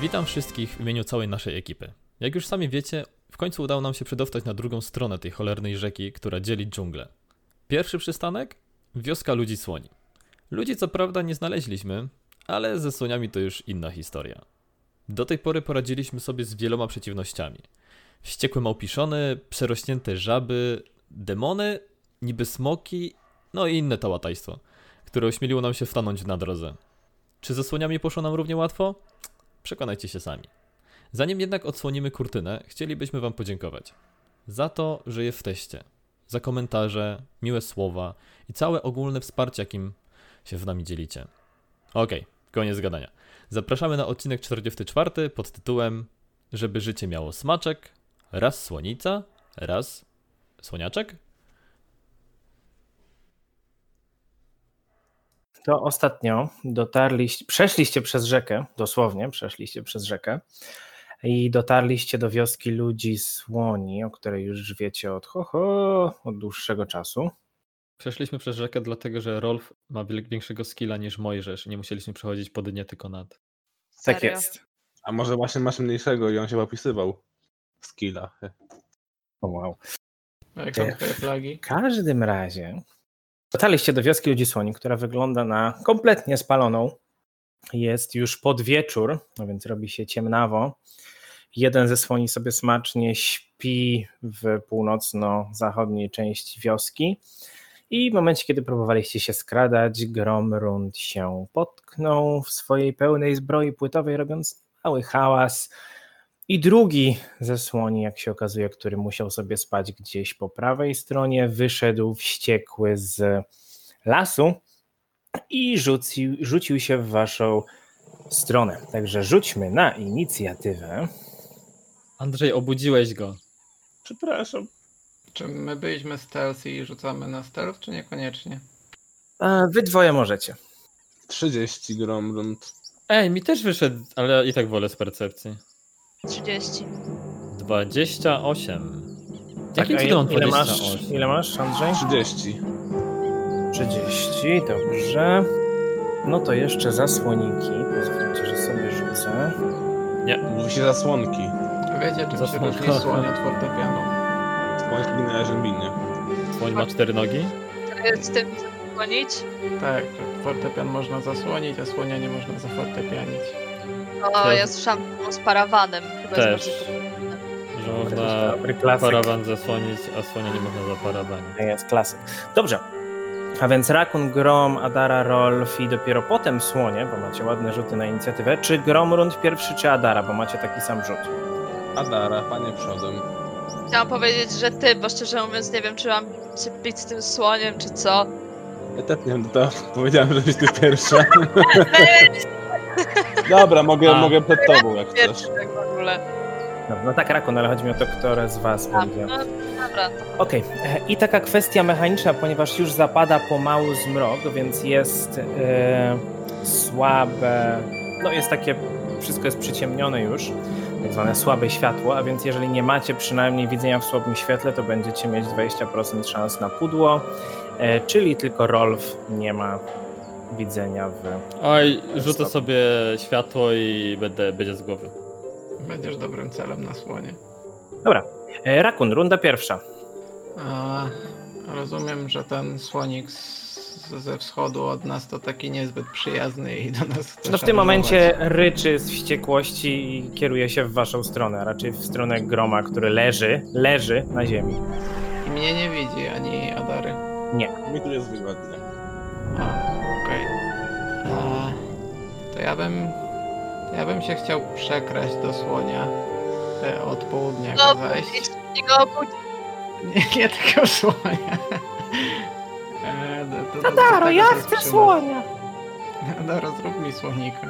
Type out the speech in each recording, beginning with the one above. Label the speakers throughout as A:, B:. A: Witam wszystkich w imieniu całej naszej ekipy. Jak już sami wiecie, w końcu udało nam się przedostać na drugą stronę tej cholernej rzeki, która dzieli dżunglę. Pierwszy przystanek? Wioska ludzi słoni. Ludzi co prawda nie znaleźliśmy, ale ze słoniami to już inna historia. Do tej pory poradziliśmy sobie z wieloma przeciwnościami. Wściekłe małpiszony, przerośnięte żaby, demony, niby smoki, no i inne tałatajstwo, które ośmieliło nam się wtanąć na drodze. Czy ze słoniami poszło nam równie łatwo? Przekonajcie się sami. Zanim jednak odsłonimy kurtynę, chcielibyśmy Wam podziękować za to, że jesteście, za komentarze, miłe słowa i całe ogólne wsparcie, jakim się z nami dzielicie. Okej, koniec gadania. Zapraszamy na odcinek 44 pod tytułem Żeby życie miało smaczek, raz słonica, raz słoniaczek?
B: To ostatnio dotarliście, przeszliście przez rzekę, dosłownie przeszliście przez rzekę i dotarliście do wioski ludzi słoni, o której już wiecie od ho, ho od dłuższego czasu.
A: Przeszliśmy przez rzekę dlatego, że Rolf ma większego skilla niż Mojżesz i nie musieliśmy przechodzić po dnie tylko nad.
B: Tak
C: Serio?
B: jest.
D: A może właśnie masz mniejszego i on się opisywał. Skilla.
B: O, wow.
E: No, Jak są twoje flagi?
B: W każdym razie dotarliście do wioski ludzi słoni, która wygląda na kompletnie spaloną. Jest już podwieczór, no więc robi się ciemnawo. Jeden ze słoni sobie smacznie śpi w północno-zachodniej części wioski. I w momencie, kiedy próbowaliście się skradać, Gromrund się potknął w swojej pełnej zbroi płytowej, robiąc mały hałas. I drugi ze słoni, jak się okazuje, który musiał sobie spać gdzieś po prawej stronie, wyszedł wściekły z lasu i rzucił, rzucił się w waszą stronę. Także rzućmy na inicjatywę.
A: Andrzej, obudziłeś go.
D: Przepraszam.
E: Czy my byliśmy stealth i rzucamy na stealth, czy niekoniecznie?
B: A, E, Wy dwoje możecie.
D: 30 gromrund.
A: Ej, mi też wyszedł, ale i tak wolę z percepcji.
C: 30.
A: 28. Jakim
B: Tak, a
A: cudem on
B: ile, masz,
A: 28?
B: ile masz, Andrzej?
D: 30.
B: 30, dobrze. No to jeszcze zasłoniki. Pozwólcie, że sobie rzucę.
D: Mówi się zasłonki.
E: Wiecie, czym się
A: Zasłonka.
E: różni słoń od fortepianu?
D: Słonki na jarzębinie.
A: Słoń ma cztery nogi?
C: To jest tym dzwonić?
E: Tak, że fortepian można zasłonić, a słonia nie można zafortepianić.
C: O, ja słyszałam o z parawanem. Chyba
A: Też.
C: jest bardziej
A: Że można
B: Dobry klasyk.
A: parawan zasłonić, a słonia nie można zaparabanić.
B: To jest klasyk. Dobrze. A więc Rakun, Grom, Adara, Rolf i dopiero potem Słonie, bo macie ładne rzuty na inicjatywę. Czy Grom rund pierwszy, czy Adara, bo macie taki sam rzut.
D: Adara, panie przodem.
C: Chciałam powiedzieć, że ty, bo szczerze mówiąc nie wiem, czy mam się bić z tym słoniem, czy co.
D: Ja też nie wiem, to powiedziałem, żebyś ty pierwsza. Dobra, mogę,
A: A.
D: mogę przed tobą, jak chcesz.
C: Pierwszy tak w ogóle.
B: No, no tak, Rakun, ale chodzi mi o to, które z was
C: A,
B: będzie.
C: no, dobra, to
B: Okej, e, i taka kwestia mechaniczna, ponieważ już zapada pomału zmrok, więc jest e, słabe, no jest takie, wszystko jest przyciemnione już, tak zwane słabe światło, a więc jeżeli nie macie przynajmniej widzenia w słabym świetle, to będziecie mieć 20% szans na pudło, e, czyli tylko Rolf nie ma widzenia w...
A: Oj, rzucę sobie światło i będę, będzie z głowy.
E: Będziesz dobrym celem na słonie.
B: Dobra, e, Rakun, runda pierwsza.
E: A, rozumiem, że ten słonik z, ze wschodu od nas to taki niezbyt przyjazny i do nas chce
B: No w tym
E: szarżować.
B: momencie ryczy z wściekłości i kieruje się w waszą stronę, a raczej w stronę groma, który leży, leży na ziemi.
E: I mnie nie widzi, ani Adary.
D: Mi tu jest wygodnie.
E: A, No, okej. A, To ja bym... To ja bym się chciał przekraść do słonia e, od południa
C: No,
E: go zajść.
C: nie go obudź.
E: Nie, nie tego słonia. E, do- do- do- do tego się wstrzymam. Adaro, zrób mi słonika.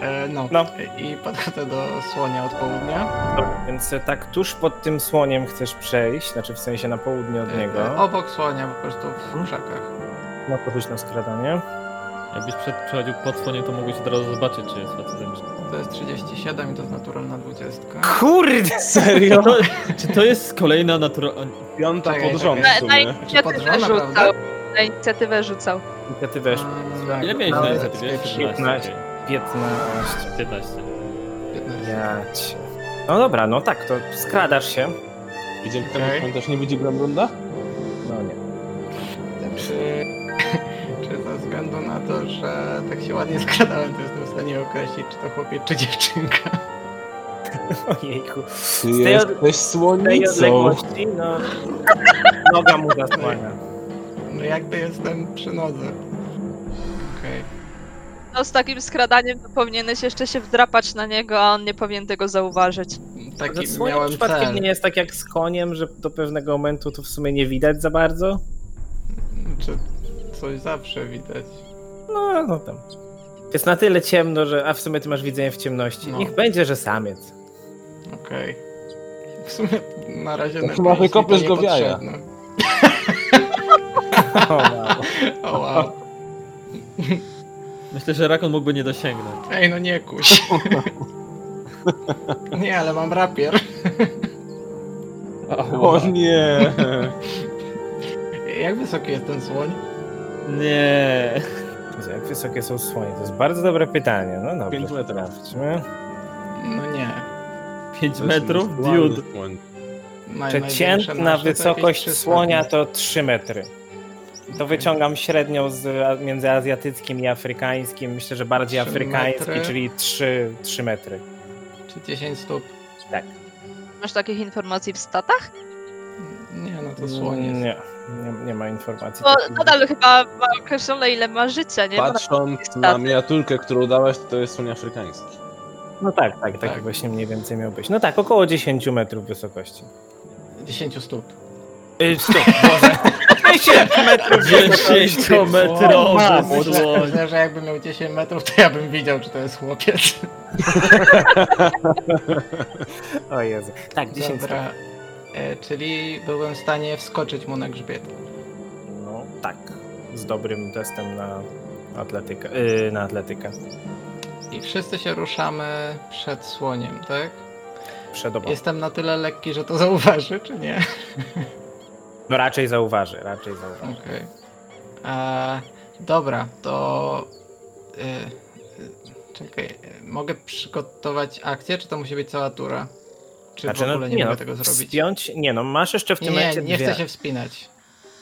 E: E, no.
B: No.
E: I podchodzę do słonia od południa.
B: Dobra, więc tak tuż pod tym słoniem chcesz przejść, znaczy w sensie na południe od
E: E, e,
B: niego.
E: Obok słonia, po prostu w krzakach.
B: No to rzuć na skradanie.
A: Jakbyś przed, przechodził pod słoniem, to mógłbyś od razu zobaczyć, czy jest facetem. czy-
E: To jest 37 i to jest naturalna 20.
B: Kurde!
D: Serio?
A: To, czy to jest kolejna naturalna...
D: Piąta
E: Czekaj,
D: pod rząd w
C: Na, na
D: sumie.
C: inicjatywę
E: podżona,
C: rzucał.
E: prawda?
C: Na inicjatywę rzucał.
B: Ty też.
E: Tak,
A: Ile miałeś
E: no,
A: na
E: jest
A: inicjatywie?
E: pięć.
A: 17. okej.
B: 15.
F: 15.
E: 15.
B: Ja cię. No dobra, no tak, to skradasz się.
D: I dzięki
E: Okej.
D: temu komentarz nie widzi Brambrunda?
B: No nie.
E: Czy, czy ze względu na to, że tak się ładnie skradałem, to jestem w stanie określić, czy to chłopiec, czy dziewczynka?
B: Ojejku. Z
D: Ty
B: tej, od,
D: jesteś
B: z tej
D: słonicą.
B: odległości, no. Noga mu zasłania.
E: No jakby jestem przy nodze. Okej.
C: No z takim skradaniem to powinieneś jeszcze się wdrapać na niego, a on nie powinien tego zauważyć.
E: Taki
B: Zasłania
E: miałem
B: przypadkiem
E: cel.
B: nie jest tak jak z koniem, że do pewnego momentu to w sumie nie widać za bardzo.
E: Czy coś zawsze widać.
B: No, no tam. Jest na tyle ciemno, że. A w sumie ty masz widzenie w ciemności.
E: No.
B: Niech będzie, że samiec.
E: Okej. W sumie na razie
D: To
E: na
D: chyba
E: jest mi to
D: wykopiesz go w jaja.
E: niepotrzebne.
B: O, wow.
E: O wow.
F: Myślę, że Rakon mógłby nie dosięgnąć.
E: Ej, no nie kuś. Nie, ale mam rapier.
D: O nie.
E: Jak wysoki jest ten słoń?
F: Nie.
B: Jezu, Jak wysokie są słonie? To jest bardzo dobre pytanie. No dobrze.
D: Pięć metrów.
B: sprawdźmy.
E: No nie.
F: 5 metrów?
D: To jest
F: Dude.
D: indywidualny słoń.
E: Naj, największe
B: Przeciętna
E: nasze to jakieś
B: wysokość
E: 300
B: słonia
E: metrów.
B: to 3 metry. To wyciągam średnią z, a- między azjatyckim i afrykańskim. Myślę, że bardziej
E: Trzy
B: afrykański,
E: metry.
B: czyli 3, 3 metry.
E: Czy 10 stóp?
B: Tak.
C: Masz takich informacji w statach?
E: Nie, no to słoń jest.
B: Nie, nie, nie ma informacji.
C: Bo
B: takich.
C: nadal chyba ma określone ile ma życia, nie? Bo
D: Patrząc na miniaturkę, którą dałaś, to jest słoń afrykański.
B: No tak, tak, tak,
E: Tak.
B: właśnie mniej więcej miał być. No tak, około 10 metrów wysokości.
E: 10 stóp.
B: Yy, stop, Boże. 10 metrów wysokości.
F: 10-metrowy
E: Myślę,
F: słoń.
E: myślę, że jakbym miał 10 metrów, to ja bym widział, czy to jest chłopiec.
B: O Jezu. Tak, 10 metrów.
E: Dobra. E, czyli byłem w stanie wskoczyć mu na grzbiet.
B: No tak, z dobrym testem na atletykę. Yy, na atletykę.
E: I wszyscy się ruszamy przed słoniem, tak?
B: Przedobo.
E: Jestem na tyle lekki, że to zauważy, czy nie?
B: No raczej zauważy, raczej zauważy.
E: Okej. E, Dobra, to. e, e, czekaj, e, mogę przygotować akcję, czy to musi być cała tura? Czy
B: Znaczy,
E: w ogóle Znaczy, no
B: no
E: nie, mogę tego zrobić?
B: Wspiąć? Nie no, masz jeszcze w tym
E: Nie, nie,
B: momencie
E: nie
B: dwie.
E: chcę się Tak. wspinać.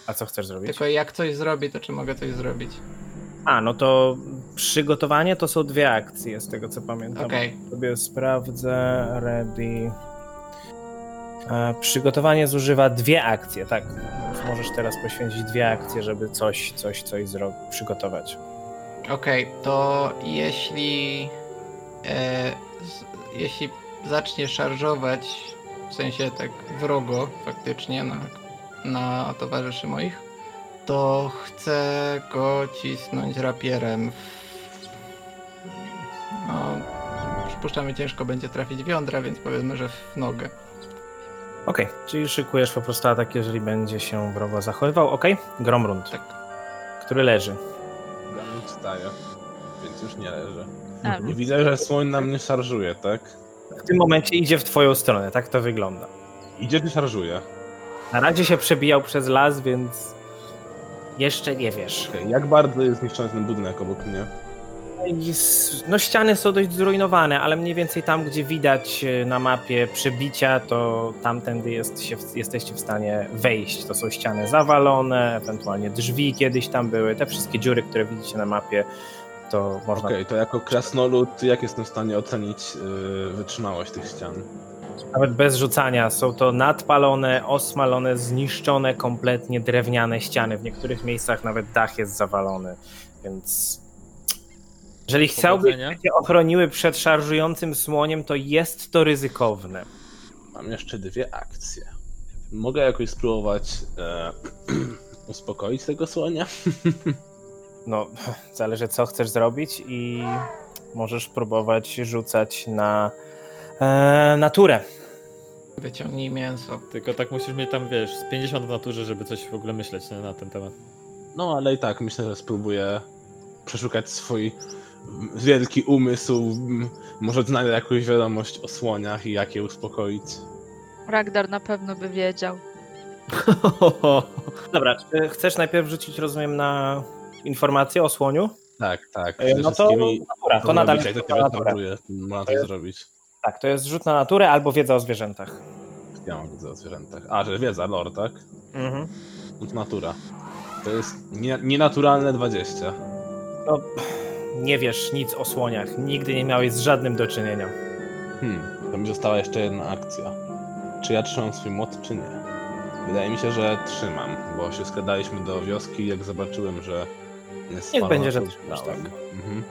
B: A co chcesz zrobić?
E: Tylko jak coś zrobi, to czy mogę coś zrobić?
B: A, no to przygotowanie to są dwie akcje, z tego co pamiętam.
E: Okej.
B: Sobie sprawdzę, ready. E, przygotowanie zużywa dwie akcje, tak. Więc Możesz teraz poświęcić dwie akcje, żeby coś, coś, coś zro- przygotować.
E: Okej, to jeśli. E, z, jeśli zacznie szarżować, w sensie tak wrogo faktycznie na, na towarzyszy moich, to chcę go cisnąć rapierem. w- No, przypuszczamy, ciężko będzie trafić w jądra, więc powiedzmy, że w nogę.
B: Okej, czyli szykujesz po prostu atak, jeżeli będzie się wrogo zachowywał. Okej, Gromrund,
E: Tak.
B: który leży.
D: Ja wstaję, więc już nie leżę.
C: A,
D: I widzę, że słoń na mnie szarżuje, tak?
B: W tym momencie idzie w twoją stronę, tak to wygląda.
D: Idzie czy szarżuje?
B: Na razie się przebijał przez las, więc jeszcze nie wiesz.
D: Okej, Jak bardzo jest zniszczony ten budynek obok mnie?
B: Jest- No ściany są dość zrujnowane, ale mniej więcej tam, gdzie widać e, na mapie przebicia, to tamtędy jest się, w- jesteście w stanie wejść. To są ściany zawalone, ewentualnie drzwi kiedyś tam były. Te wszystkie dziury, które widzicie na mapie, to można...
D: Okej, to jako krasnolud, jak jestem w stanie ocenić yy, wytrzymałość tych ścian?
B: Nawet bez rzucania są to nadpalone, osmalone, zniszczone kompletnie drewniane ściany. W niektórych miejscach nawet dach jest zawalony, więc. Jeżeli chciałbyś,
F: Powodzenia.
B: żeby cię ochroniły przed szarżującym słoniem, to jest to ryzykowne.
D: Mam jeszcze dwie akcje. Mogę jakoś spróbować e, uspokoić tego słonia?
B: No, zależy co chcesz zrobić i możesz próbować rzucać na e, naturę.
E: Wyciągnij mięso.
F: Tylko tak musisz mieć tam, wiesz, z 50 w naturze, żeby coś w ogóle myśleć nie, na ten temat.
D: No ale i tak myślę, że spróbuję przeszukać swój mm, wielki umysł. mm, Może znajdę jakąś wiadomość o słoniach i jak je uspokoić.
C: Ragnar na pewno by wiedział.
B: Dobra, czy chcesz najpierw rzucić, rozumiem, na informację o słoniu?
D: Tak, tak.
B: E,
D: ze
B: no to
D: wszystkimi
B: Natura, to nadal
D: robić,
B: jest
D: jak
B: rzut
D: to
B: na naturę.
D: próbuje, można coś zrobić.
B: Tak, to jest rzut na naturę albo wiedza o zwierzętach.
D: Ja mam wiedzę o zwierzętach. A, że wiedza, lore, tak?
B: Mhm.
D: No to natura. To jest nie- nienaturalne 20.
B: No, nie wiesz nic o słoniach. Nigdy nie miałeś z żadnym do czynienia.
D: Hmm, to mi została jeszcze jedna akcja. Czy ja trzymam swój młot, czy nie? Wydaje mi się, że trzymam, bo się skradaliśmy do wioski i jak zobaczyłem, że jest
B: Niech
D: spalona,
B: będzie, że
D: to
B: trzymasz,
D: brałem.
B: tak.
D: Mhm.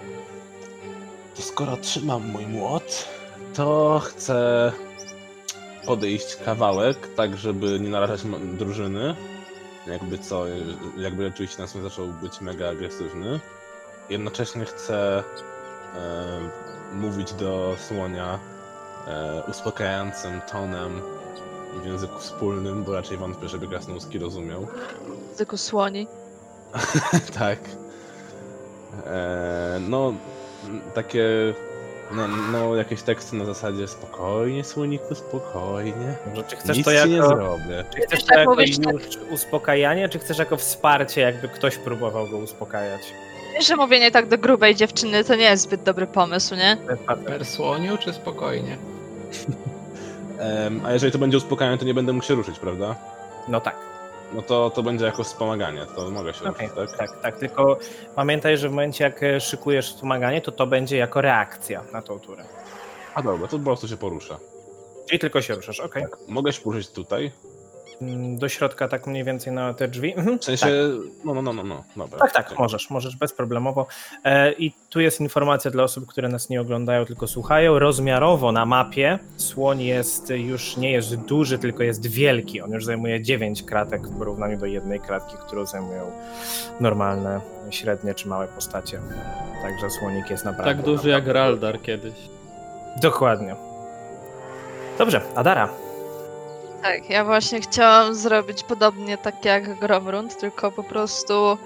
D: To skoro trzymam mój młot, to chcę podejść kawałek, tak żeby nie narażać mo- drużyny. Jakby co, jakby rzeczywiście nas zaczął być mega agresywny. Jednocześnie chcę e, mówić do słonia e, uspokajającym tonem w języku wspólnym, bo raczej wątpię, żeby Krasnowski rozumiał.
C: Tylko słoni.
D: tak. E, no, m, takie. No, no, jakieś teksty na zasadzie spokojnie, słoniku, spokojnie.
B: Dobrze, czy chcesz
D: Nic
B: to
D: ci nie
B: jako...
D: zrobię.
B: Czy chcesz
C: Tak
B: to jako
C: mówisz, tak.
B: już uspokajanie, czy chcesz jako wsparcie, jakby ktoś próbował go uspokajać?
C: Wiesz, że mówienie tak do grubej dziewczyny to nie jest zbyt dobry pomysł, nie?
E: Per słoniu czy spokojnie?
D: Em, a jeżeli to będzie uspokajanie, to nie będę mógł się ruszyć, prawda?
B: No tak,
D: No to, to będzie jako wspomaganie, to mogę się
B: okej,
D: ruszyć, tak?
B: tak, tak. Tylko pamiętaj, że w momencie, jak e, szykujesz wspomaganie, to to będzie jako reakcja na tą turę.
D: A dobra, to po prostu się porusza. Tak.
B: Czyli tylko się ruszasz, okej.
D: Mogę się poruszyć tutaj?
B: Mm, Do środka, tak mniej więcej na te drzwi. Mhm.
D: W sensie, no, no, no, no, no, dobra.
B: Tak, tak, możesz, możesz bezproblemowo. E, I tu jest informacja dla osób, które nas nie oglądają, tylko słuchają. Rozmiarowo na mapie słoń jest e, już nie jest duży, tylko jest wielki. On już zajmuje 9 kratek w porównaniu do jednej kratki, którą zajmują normalne, średnie czy małe postacie. Także słonik jest naprawdę.
F: Tak duży jak Raldar kiedyś.
B: Dokładnie. Dobrze, Adara.
C: Tak, ja właśnie chciałam zrobić podobnie tak jak Gromrund, tylko po prostu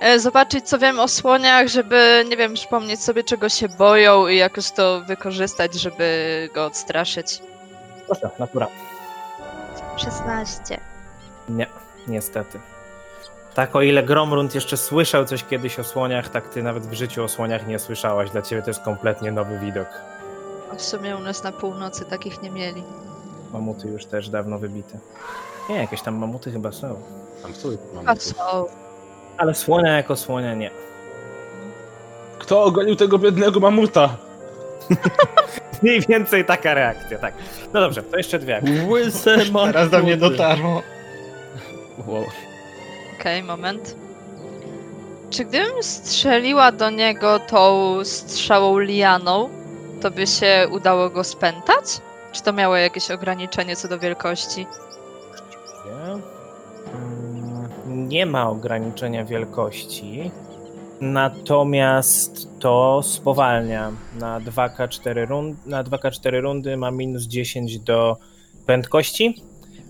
C: e, zobaczyć co wiem o słoniach, żeby, nie wiem, przypomnieć sobie czego się boją i jakoś to wykorzystać, żeby go odstraszyć.
B: Proszę, natura.
C: 16.
B: Nie, niestety. Tak, o ile Gromrund jeszcze słyszał coś kiedyś o słoniach, tak ty nawet w życiu o słoniach nie słyszałaś. Dla ciebie to jest kompletnie nowy widok.
C: A w sumie u nas na północy takich nie mieli.
B: Mamuty już też dawno wybite. Nie, jakieś tam mamuty chyba są.
D: Tam stój, mam
C: A
D: tu.
C: co?
B: Ale słonia jako słonia nie.
D: Kto ogolił tego biednego mamuta?
B: Mniej więcej taka reakcja, tak. No dobrze, to jeszcze dwie. akcje.
F: Łyse ma.
E: Teraz do mnie dotarło.
F: Wow.
C: Okej, moment. Czy gdybym strzeliła do niego tą strzałą lianą, to by się udało go spętać? Czy to miało jakieś ograniczenie co do wielkości?
B: Mm, Nie ma ograniczenia wielkości, natomiast to spowalnia na 2K4 rundy. Na 2K4 rundy ma minus 10 do prędkości.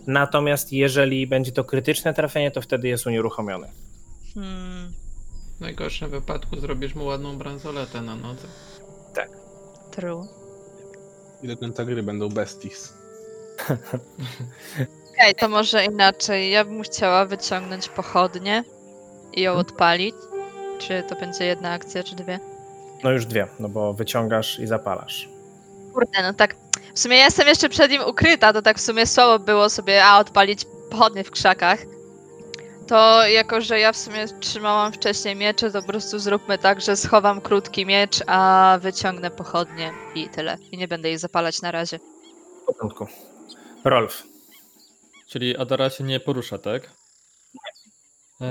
B: Natomiast jeżeli będzie to krytyczne trafienie, to wtedy jest unieruchomiony.
C: Hmm,
E: W najgorszym wypadku zrobisz mu ładną bransoletę na nodze.
C: true.
D: I do końca gry będą besties.
C: Okej, to może inaczej. Ja bym chciała wyciągnąć pochodnię i ją odpalić. Czy to będzie jedna akcja, czy dwie?
B: No już dwie, no bo wyciągasz i zapalasz.
C: Kurde, no tak. W sumie ja jestem jeszcze przed nim ukryta, to tak w sumie słabo było sobie, a odpalić pochodnie w krzakach. To jako, że ja w sumie trzymałam wcześniej miecze, to po prostu zróbmy tak, że schowam krótki miecz, a wyciągnę pochodnie i tyle. I nie będę jej zapalać na razie.
B: W porządku. Rolf.
F: Czyli Adara się nie porusza, tak? Eee...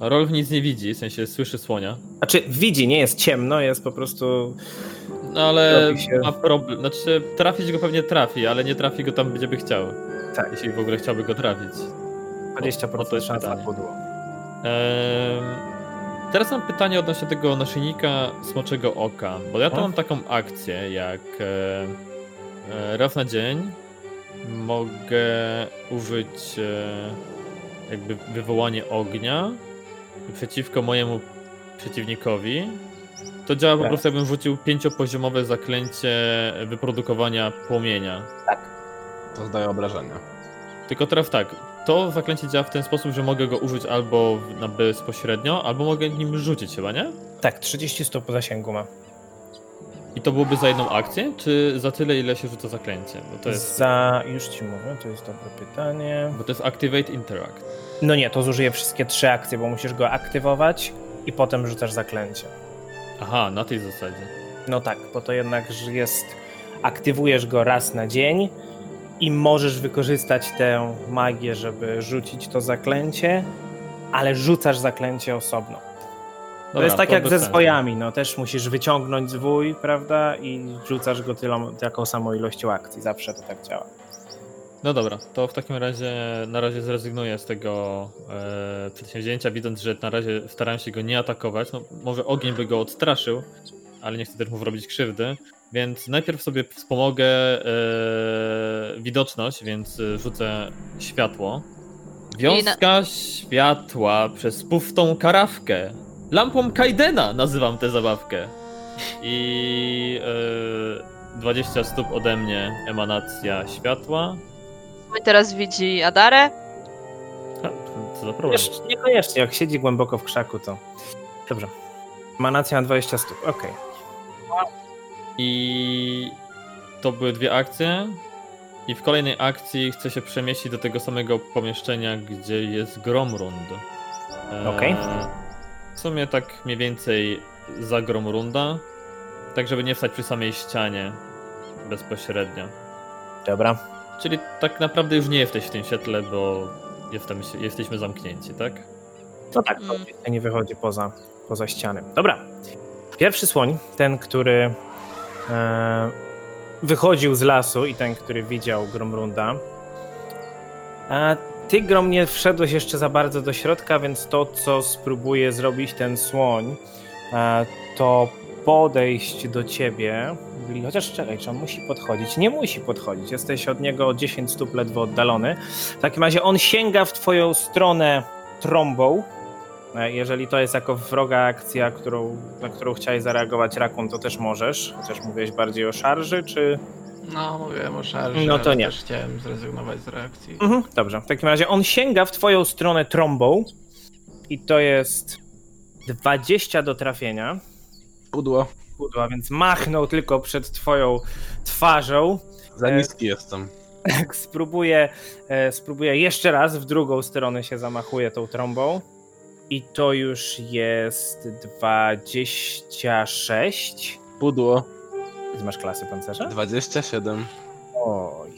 F: A Rolf nic nie widzi, w sensie słyszy słonia.
B: Znaczy widzi, nie jest ciemno, jest po prostu...
F: No ale
B: Robi się-
F: ma problem. Znaczy, trafić go pewnie trafi, ale nie trafi go tam, gdzie by chciał.
B: Tak.
F: Jeśli w ogóle chciałby go trafić.
B: 20%
F: jest
B: szans na
F: pytanie.
B: pudło.
F: Eee... Teraz mam pytanie odnośnie tego naszyjnika smoczego oka. Bo ja tu
B: O.
F: mam taką akcję, jak e... E... raz na dzień mogę użyć e... jakby wywołanie ognia przeciwko mojemu przeciwnikowi. To działa po
B: Tak.
F: prostu, jakbym rzucił pięciopoziomowe zaklęcie wyprodukowania płomienia.
D: To zdaje obrażenia.
F: Tylko teraz tak,
A: To zaklęcie działa w ten sposób, że mogę go użyć albo w- na bezpośrednio, albo mogę nim rzucić chyba, nie?
B: Tak, 30 stóp zasięgu ma.
A: I to byłoby za jedną akcję, czy za tyle, ile się rzuca zaklęcie? Bo to jest,
B: Za. Już ci mówię, to jest dobre pytanie.
A: bo to jest Activate Interact.
B: No nie, to zużyje wszystkie trzy akcje, bo musisz go aktywować i potem rzucasz zaklęcie.
A: Aha, na tej zasadzie.
B: No tak, bo to jednak jest. Aktywujesz go raz na dzień i możesz wykorzystać tę magię, żeby rzucić to zaklęcie, ale rzucasz zaklęcie osobno. to
A: Dobra,
B: jest tak jak
A: bez
B: ze
A: sensu.
B: zwojami, no też musisz wyciągnąć zwój, prawda? I rzucasz go tylą, taką samą ilością akcji. Zawsze to tak działa.
A: No dobra, to w takim razie na razie zrezygnuję z tego e, przedsięwzięcia, widząc, że na razie starałem się go nie atakować. No, może ogień by go odstraszył, ale nie chcę też mu zrobić krzywdy. Więc najpierw sobie wspomogę e, widoczność, więc e, rzucę światło. Wiązka światła przez puftą karawkę. Lampą Kaidena nazywam tę zabawkę. I e, 20 stóp ode mnie emanacja światła.
C: Mój teraz widzi Adarę.
A: Ha, Co za problem?
B: Jeszcze, niekoniecznie, jak siedzi głęboko w krzaku, to. Dobrze. Manacja na 20 stóp, okej.
A: I to były dwie akcje. I w kolejnej akcji chcę się przemieścić do tego samego pomieszczenia, gdzie jest Gromrund. E,
B: Okej.
A: W sumie tak mniej więcej za Gromrunda. Tak, żeby nie wstać przy samej ścianie bezpośrednio.
B: Dobra.
A: Czyli tak naprawdę już nie jesteś w tym świetle, bo jestem, jesteśmy zamknięci, tak?
B: No tak,
C: Mm.
B: to nie wychodzi poza, poza ścianę. Dobra. Pierwszy słoń, ten, który e, wychodził z lasu i ten, który widział Gromrunda. A ty, Grom, nie wszedłeś jeszcze za bardzo do środka, więc to, co spróbuje zrobić ten słoń, e, to podejść do ciebie. Bli- Chociaż czekaj, czy on musi podchodzić? Nie musi podchodzić, jesteś od niego o 10 stóp ledwo oddalony. W takim razie on sięga w twoją stronę trąbą. E, Jeżeli to jest jako wroga akcja, którą, na którą chciałeś zareagować rakun, to też możesz, chociaż mówiłeś bardziej o szarży, czy...
E: No, mówiłem o szarży,
B: No to
E: ale
B: nie.
E: też chciałem zrezygnować z reakcji.
B: Mhm, dobrze, w takim razie on sięga w twoją stronę trąbą i to jest 20 do trafienia,
D: Pudło.
B: Kudła, więc machnął tylko przed twoją twarzą.
D: Za
B: E,
D: niski jestem.
B: Tak, spróbuję, e, spróbuję jeszcze raz, w drugą stronę się zamachuje tą trąbą i to już jest 26.
D: Pudło.
B: Ty masz klasy pancerza?
D: 27.
B: Oj.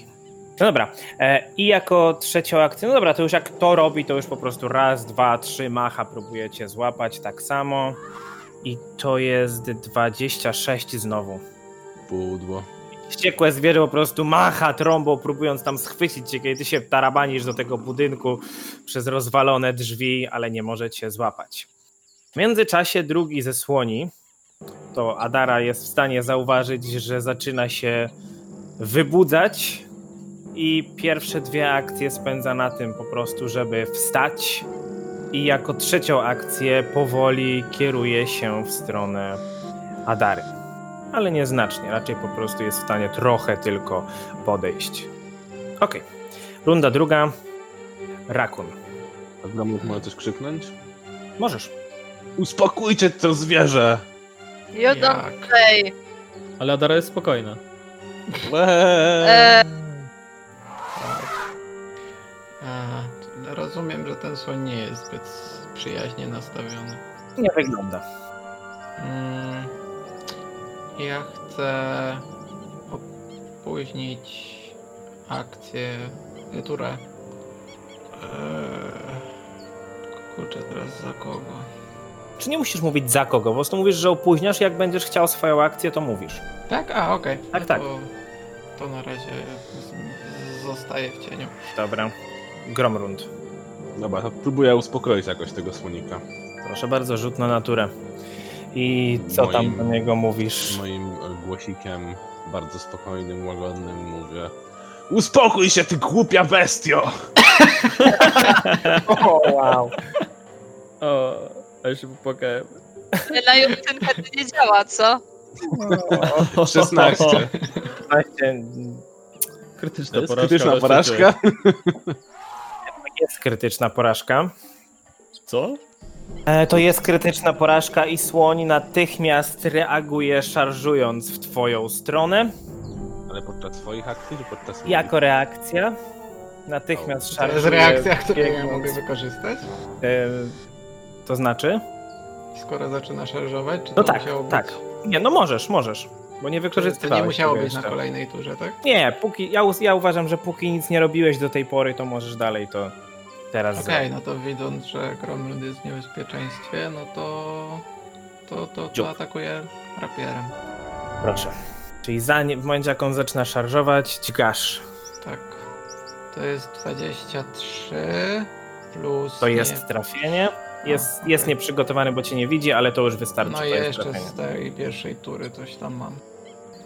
B: No dobra. E, I jako trzecią akcję, no dobra, to już jak to robi, to już po prostu raz, dwa, trzy macha próbujecie złapać tak samo. I to jest 26 znowu.
D: Pudło.
B: Wściekłe zwierzę po prostu macha trąbą, próbując tam schwycić cię, kiedy ty się tarabanisz do tego budynku przez rozwalone drzwi, ale nie może cię złapać. W międzyczasie drugi ze słoni, to Adara jest w stanie zauważyć, że zaczyna się wybudzać i pierwsze dwie akcje spędza na tym po prostu, żeby wstać i jako trzecią akcję powoli kieruje się w stronę Adary ale nieznacznie. Raczej po prostu jest w stanie trochę tylko podejść. Okej. Runda druga. Rakun.
D: A Gromrund może coś krzyknąć?
B: Możesz.
D: Uspokójcie to zwierzę!
C: You don't
E: Jak?
C: play.
A: Ale Adara jest spokojna.
D: Eee.
C: E,
E: A, rozumiem, że ten słoń nie jest zbyt przyjaźnie nastawiony.
B: Nie wygląda.
E: Mm, Ja chcę opóźnić akcję, e, turę. Eee, Kurczę, teraz za kogo?
B: Czy nie musisz mówić za kogo? Po prostu mówisz, że opóźniasz. Jak będziesz chciał swoją akcję, to mówisz.
E: Tak? A, okej.
B: Tak,
E: No
B: tak.
E: To, to na razie z- zostaje w cieniu.
B: Dobra. Gromrund.
D: Dobra, to próbuję uspokoić jakoś tego słonika.
B: Proszę bardzo, rzut na naturę. I co tam
D: Moim-
B: do niego mówisz?
D: Moim e, głosikiem, bardzo spokojnym, łagodnym mówię. Uspokój się, ty głupia bestio!
B: O, wow.
A: O, a już się popłakałem.
C: nie, na jedynkę to nie działa, co?
B: O,
D: 16.
B: właśnie,
A: Krytyczna
D: To jest
A: porażka.
D: krytyczna
A: ale
D: porażka.
B: jest krytyczna porażka.
F: Co?
B: E, To jest krytyczna porażka i słoń natychmiast reaguje szarżując w twoją stronę.
D: Ale podczas swoich akcji, czy podczas moich?
B: Jako reakcja natychmiast
E: To
B: szarżuje.
E: jest reakcja, którą ja
B: biegnąc.
E: mogę wykorzystać,
B: E, To znaczy?
E: skoro zaczyna szarżować, czy to
B: No tak,
E: musiało być...
B: tak. Nie, no możesz, możesz. Bo nie
E: Czy to
B: wykorzystywałeś
E: nie musiało
B: tego
E: być na
B: jeszcze.
E: kolejnej turze, tak?
B: Nie, póki, ja, uz- ja uważam, że póki nic nie robiłeś do tej pory, to możesz dalej to teraz
E: Okej,
B: zrobić.
E: no to widząc, że Kromlund jest w niebezpieczeństwie, no to... To, to,
F: Dziób.
E: to atakuje rapierem. no.
B: Proszę. Czyli zanim, w momencie jak on zaczyna szarżować, dźgasz.
E: Tak. To jest 23 plus.
B: To jest
E: Nie, No,
B: trafienie. Jest,
E: okej.
B: jest nieprzygotowany, bo cię nie widzi, ale to już wystarczy.
E: no
B: to
E: i
B: jest
E: jeszcze
B: trafienie.
E: z tej pierwszej tury coś tam mam.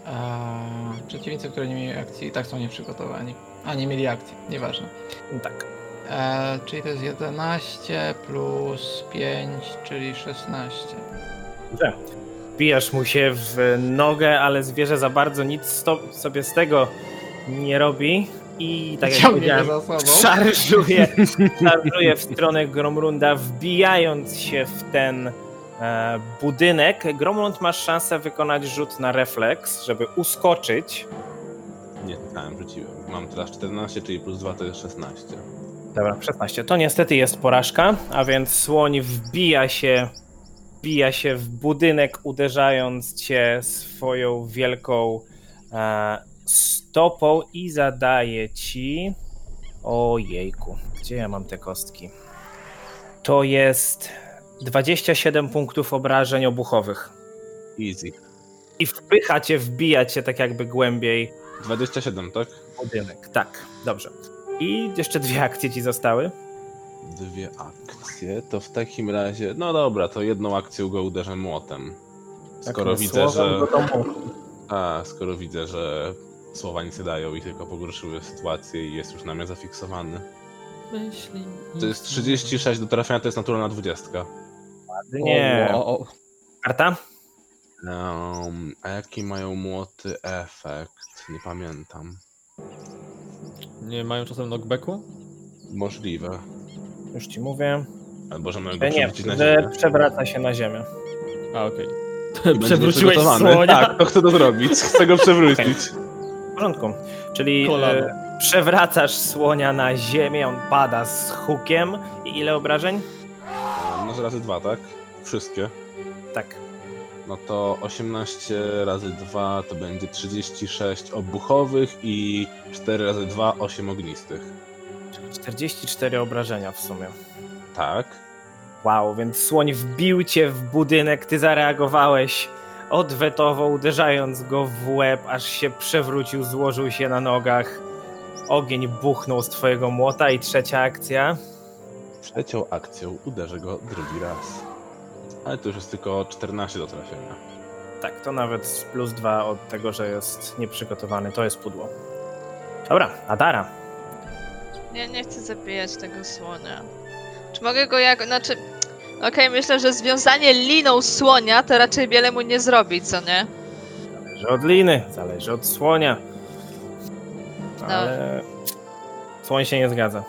E: Eee, przeciwnicy, którzy nie mieli akcji, i tak są nieprzygotowani. A nie mieli akcji, nieważne.
B: No Tak.
E: Eee, czyli to jest 11 plus 5, czyli 16.
B: Tak Dobrze. Bijasz mu się w nogę, ale zwierzę za bardzo nic sto- sobie z tego nie robi. I tak jak
E: Ciągnie
B: powiedziałem,
E: go za sobą.
B: szarżuje, szarżuje w stronę Gromrunda, wbijając się w ten e, budynek. Gromrund masz szansę wykonać rzut na refleks, żeby uskoczyć.
D: Nie, tam rzuciłem. Mam teraz 14, czyli plus 2 to jest 16.
B: Dobra, 16. To niestety jest porażka, a więc słoń wbija się, wbija się w budynek, uderzając cię swoją wielką e, stopą i zadaje ci. Ojejku, gdzie ja mam te kostki? To jest 27 punktów obrażeń obuchowych.
D: Easy.
B: I wpycha cię, wbija cię tak jakby głębiej
D: 27, tak?
B: w budynek. Tak, dobrze. I jeszcze dwie akcje ci zostały.
D: Dwie akcje, to w takim razie. No dobra, to jedną akcją go uderzę młotem. Skoro widzę,
B: Tak, słowem
D: że.
B: do domu.
D: A, skoro widzę, że słowa nic nie dają i tylko pogorszyły sytuację i jest już na mnie zafiksowany.
F: Myśli.
D: To jest 36 do trafienia, to jest naturalna 20.
B: Nie.
F: O,
A: no.
F: o, o.
B: Karta?
D: Um, a jaki mają młoty efekt? Nie pamiętam.
F: Nie mają czasem knockbacku?
D: Możliwe.
B: Już ci mówię.
D: Albo że mają go
B: E, Nie,
D: przewrócić na
B: że
D: ziemię.
B: przewraca się na ziemię.
F: A, okej.
D: I będzie
F: Przewróciłeś
D: przygotowany.
F: słonia?
D: Tak, to chcę to zrobić. Chcę go przewrócić.
B: W porządku. Czyli
F: Kolano.
B: e, przewracasz słonia na ziemię, on pada z hukiem. I ile obrażeń?
D: E, Może razy dwa, tak? Wszystkie.
B: Tak.
D: No to 18 razy 2 to będzie 36 obuchowych i 4 razy 2 8 ognistych.
B: 44 obrażenia w sumie.
D: Tak.
B: Wow, więc słoń wbił cię w budynek, ty zareagowałeś odwetowo, uderzając go w łeb, aż się przewrócił, złożył się na nogach. Ogień buchnął z twojego młota i trzecia akcja.
D: Trzecią akcją uderzę go drugi raz. Ale to już jest tylko 14 do trafienia.
B: Tak, to nawet z plus dwa od tego, że jest nieprzygotowany. To jest pudło. Dobra, Adara.
C: Ja nie chcę zabijać tego słonia. Czy mogę go jak. Znaczy. Okej, myślę, że związanie liną słonia to raczej wiele mu nie zrobi, co nie?
B: Zależy od liny, zależy od słonia. Ale słoń się nie zgadza.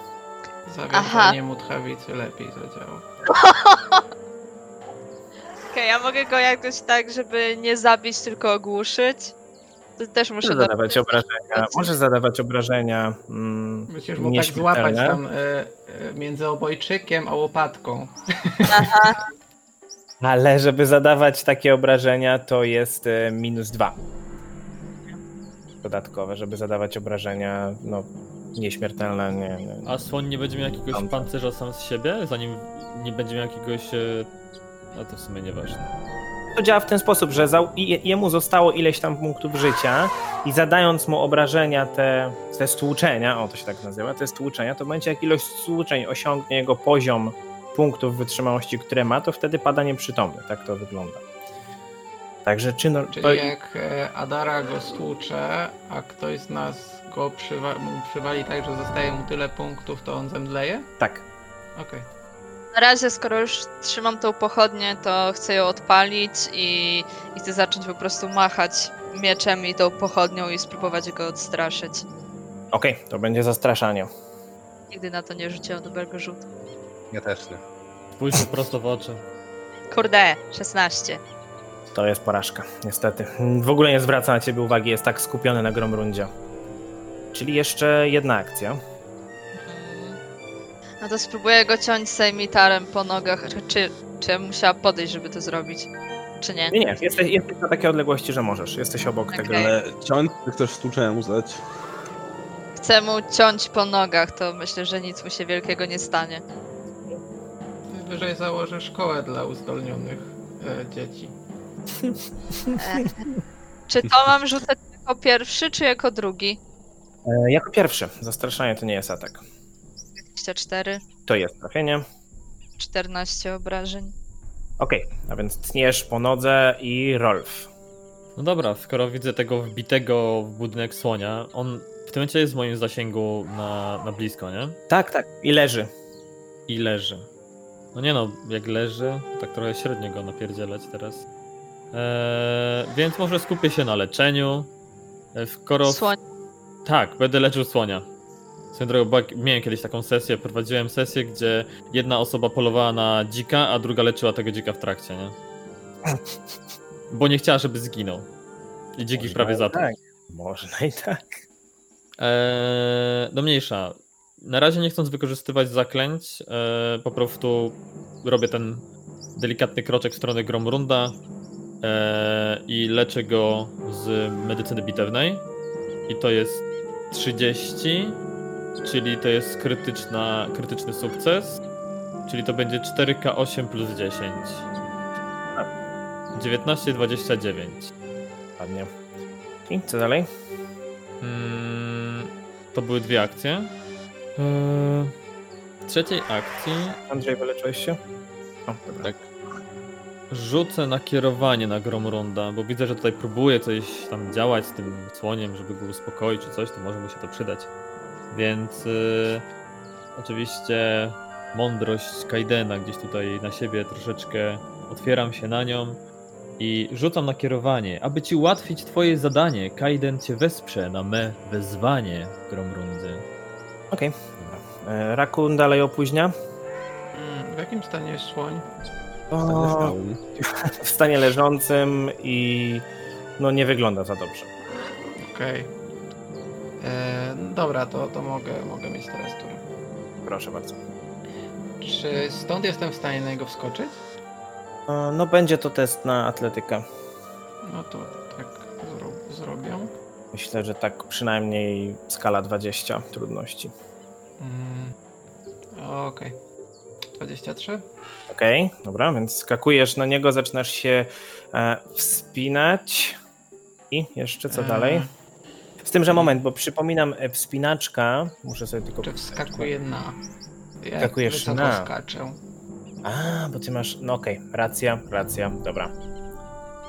E: Zawiązanie mutchawicy lepiej zadziała.
C: Okej, ja mogę go jakoś tak, żeby nie zabić, tylko ogłuszyć. To też muszę
B: Może
C: do...
B: zadawać obrażenia. Może zadawać obrażenia. Mm,
E: Musisz mu tak
B: nieśmiertelne.
E: złapać tam y, y, między obojczykiem a łopatką.
B: Ale żeby zadawać takie obrażenia, to jest e, minus dwa. Dodatkowe, żeby zadawać obrażenia, no nieśmiertelne, nie, nie,
F: A słoń nie będzie miał jakiegoś
B: Tam.
F: pancerza sam z siebie, zanim nie będzie miał jakiegoś. e, No to w sumie nieważne.
B: To działa w ten sposób, że za, i- jemu zostało ileś tam punktów życia i zadając mu obrażenia, te, te stłuczenia, o to się tak nazywa, te stłuczenia, to będzie jak ilość stłuczeń osiągnie jego poziom punktów wytrzymałości, które ma, to wtedy pada nieprzytomny. Tak to wygląda. Także czy no,
E: Czyli
B: to,
E: jak e, Adara go stłucze, a ktoś z nas go przywa- mu przywali tak, że zostaje mu tyle punktów, to on zemdleje?
B: tak.
E: Okej.
C: Na razie, skoro już trzymam tą pochodnię, to chcę ją odpalić i, i chcę zacząć po prostu machać mieczem i tą pochodnią i spróbować go odstraszyć.
B: Okej, to będzie zastraszanie.
C: Nigdy na to nie rzuciłam dobrego rzutu.
D: Ja też nie.
A: Spójrz mu prosto w oczy.
C: Kurde, 16.
B: To jest porażka, niestety. W ogóle nie zwraca na ciebie uwagi, jest tak skupiony na Gromrundzie. Czyli jeszcze jedna akcja.
C: No to spróbuję go ciąć sejmitarem po nogach. Czy, czy, czy ja musiała podejść, żeby to zrobić? Czy nie?
B: Nie, nie, jesteś, jesteś na takiej odległości, że możesz. Jesteś obok tego.
C: Okej.
D: Ale ciąć czy chcesz stłuczemu zdać?
C: Chcę mu ciąć po nogach, to myślę, że nic mu się wielkiego nie stanie.
E: Wyżej założę szkołę dla uzdolnionych e, dzieci.
C: Czy to mam rzucać jako pierwszy, czy jako drugi?
B: E, Jako pierwszy, zastraszanie to nie jest atak.
C: 24,
B: To jest trafienie.
C: 14 obrażeń.
B: Okej, a więc tniesz po nodze i Rolf.
A: No dobra, skoro widzę tego wbitego w budynek słonia, on w tym momencie jest w moim zasięgu na, na blisko, nie?
B: Tak, tak. I leży.
A: I leży. No nie no, jak leży, tak trochę średnio go napierdzielać teraz. Eee, więc może skupię się na leczeniu. Eee, Skoro
C: Słoń.
A: Tak, będę leczył słonia. Swoją drogą, bo jak- miałem kiedyś taką sesję, prowadziłem sesję, gdzie jedna osoba polowała na dzika, a druga leczyła tego dzika w trakcie, nie? Bo nie chciała, żeby zginął. I dziki
B: Można
A: prawie
B: i
A: za to.
B: Tak. Można i tak.
A: Eee, no mniejsza. Na razie nie chcąc wykorzystywać zaklęć, eee, po prostu robię ten delikatny kroczek w stronę Gromrunda eee, i leczę go z medycyny bitewnej. I to jest 30, czyli to jest krytyczna, krytyczny sukces. Czyli to będzie 4K8 plus 10. 19, 29.
B: Ładnie. I co dalej?
A: Mm, to były dwie akcje. Eee, trzeciej akcji
B: Andrzej, wyleczyłeś się? O, dobra.
A: tak. Rzucę na kierowanie na Gromronda, bo widzę, że tutaj próbuje coś tam działać z tym słoniem, żeby go uspokoić czy coś, to może mu się to przydać. Więc y, oczywiście mądrość Kaidena gdzieś tutaj na siebie troszeczkę otwieram się na nią i rzucam na kierowanie. Aby ci ułatwić twoje zadanie, Kaiden cię wesprze na me wezwanie Gromrundy.
B: E, Rakun dalej opóźnia.
E: Mm, W jakim stanie jest słoń?
B: O, w stanie leżącym i no nie wygląda za dobrze.
E: Okej. E, no Dobra, to, to mogę, mogę mieć teraz tur.
B: Proszę bardzo.
E: Czy stąd jestem w stanie na niego wskoczyć?
B: E, No będzie to test na atletykę.
E: No to tak zro- zrobię.
B: Myślę, że tak przynajmniej skala 20 trudności.
E: Mm, Okej. 23?
B: Okej, dobra, więc skakujesz na niego, zaczynasz się e, wspinać. I jeszcze co
E: E,
B: dalej? Z tym, że moment, bo przypominam, e, wspinaczka. Muszę sobie tylko.
E: Czy wskakuję na? Jak
B: Tak. Wskakujesz
E: wysoko
B: na.
E: skaczę?
B: A, bo ty masz. No okej, racja, racja, dobra.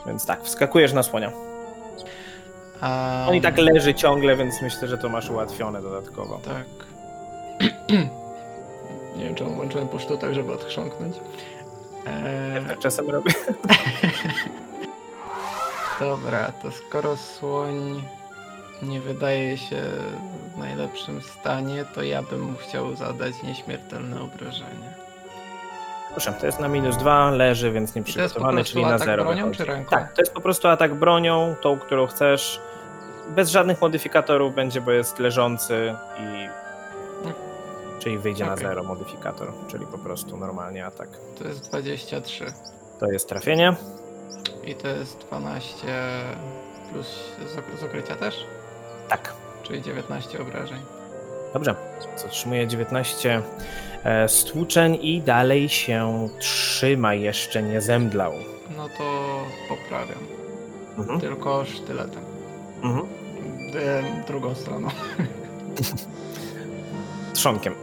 B: Więc tak, wskakujesz na słonia.
E: A,
B: On i tak leży ciągle, więc myślę, że to masz ułatwione dodatkowo.
E: Tak. Nie wiem, czemu włączyłem po sztukach, żeby odchrząknąć. E,
B: Ja Tak czasem robię.
E: dobra, to skoro słoń nie wydaje się w najlepszym stanie, to ja bym mu chciał zadać nieśmiertelne obrażenie.
B: Proszę, to jest na minus dwa, leży, więc
E: I to jest po
B: nieprzygotowany,
E: prostu
B: czyli na
E: atak
B: zero.
E: bronią
B: wychodzi.
E: czy ręką?
B: Tak, to jest po prostu atak bronią, tą, którą chcesz. Bez żadnych modyfikatorów będzie, bo jest leżący i. Czyli wyjdzie na
E: Okej.
B: zero modyfikator, czyli po prostu normalnie atak.
E: To jest 23.
B: To jest trafienie.
E: I to jest 12 plus z, ok- z okrycia też?
B: Tak.
E: Czyli 19 obrażeń.
B: Dobrze. Więc Otrzymuje 19 e, stłuczeń i dalej się trzyma, jeszcze nie zemdlał.
E: No to poprawiam.
B: Mhm.
E: Tylko sztyletem.
B: Mhm.
E: Em, E, Drugą stroną.
B: Trzonkiem.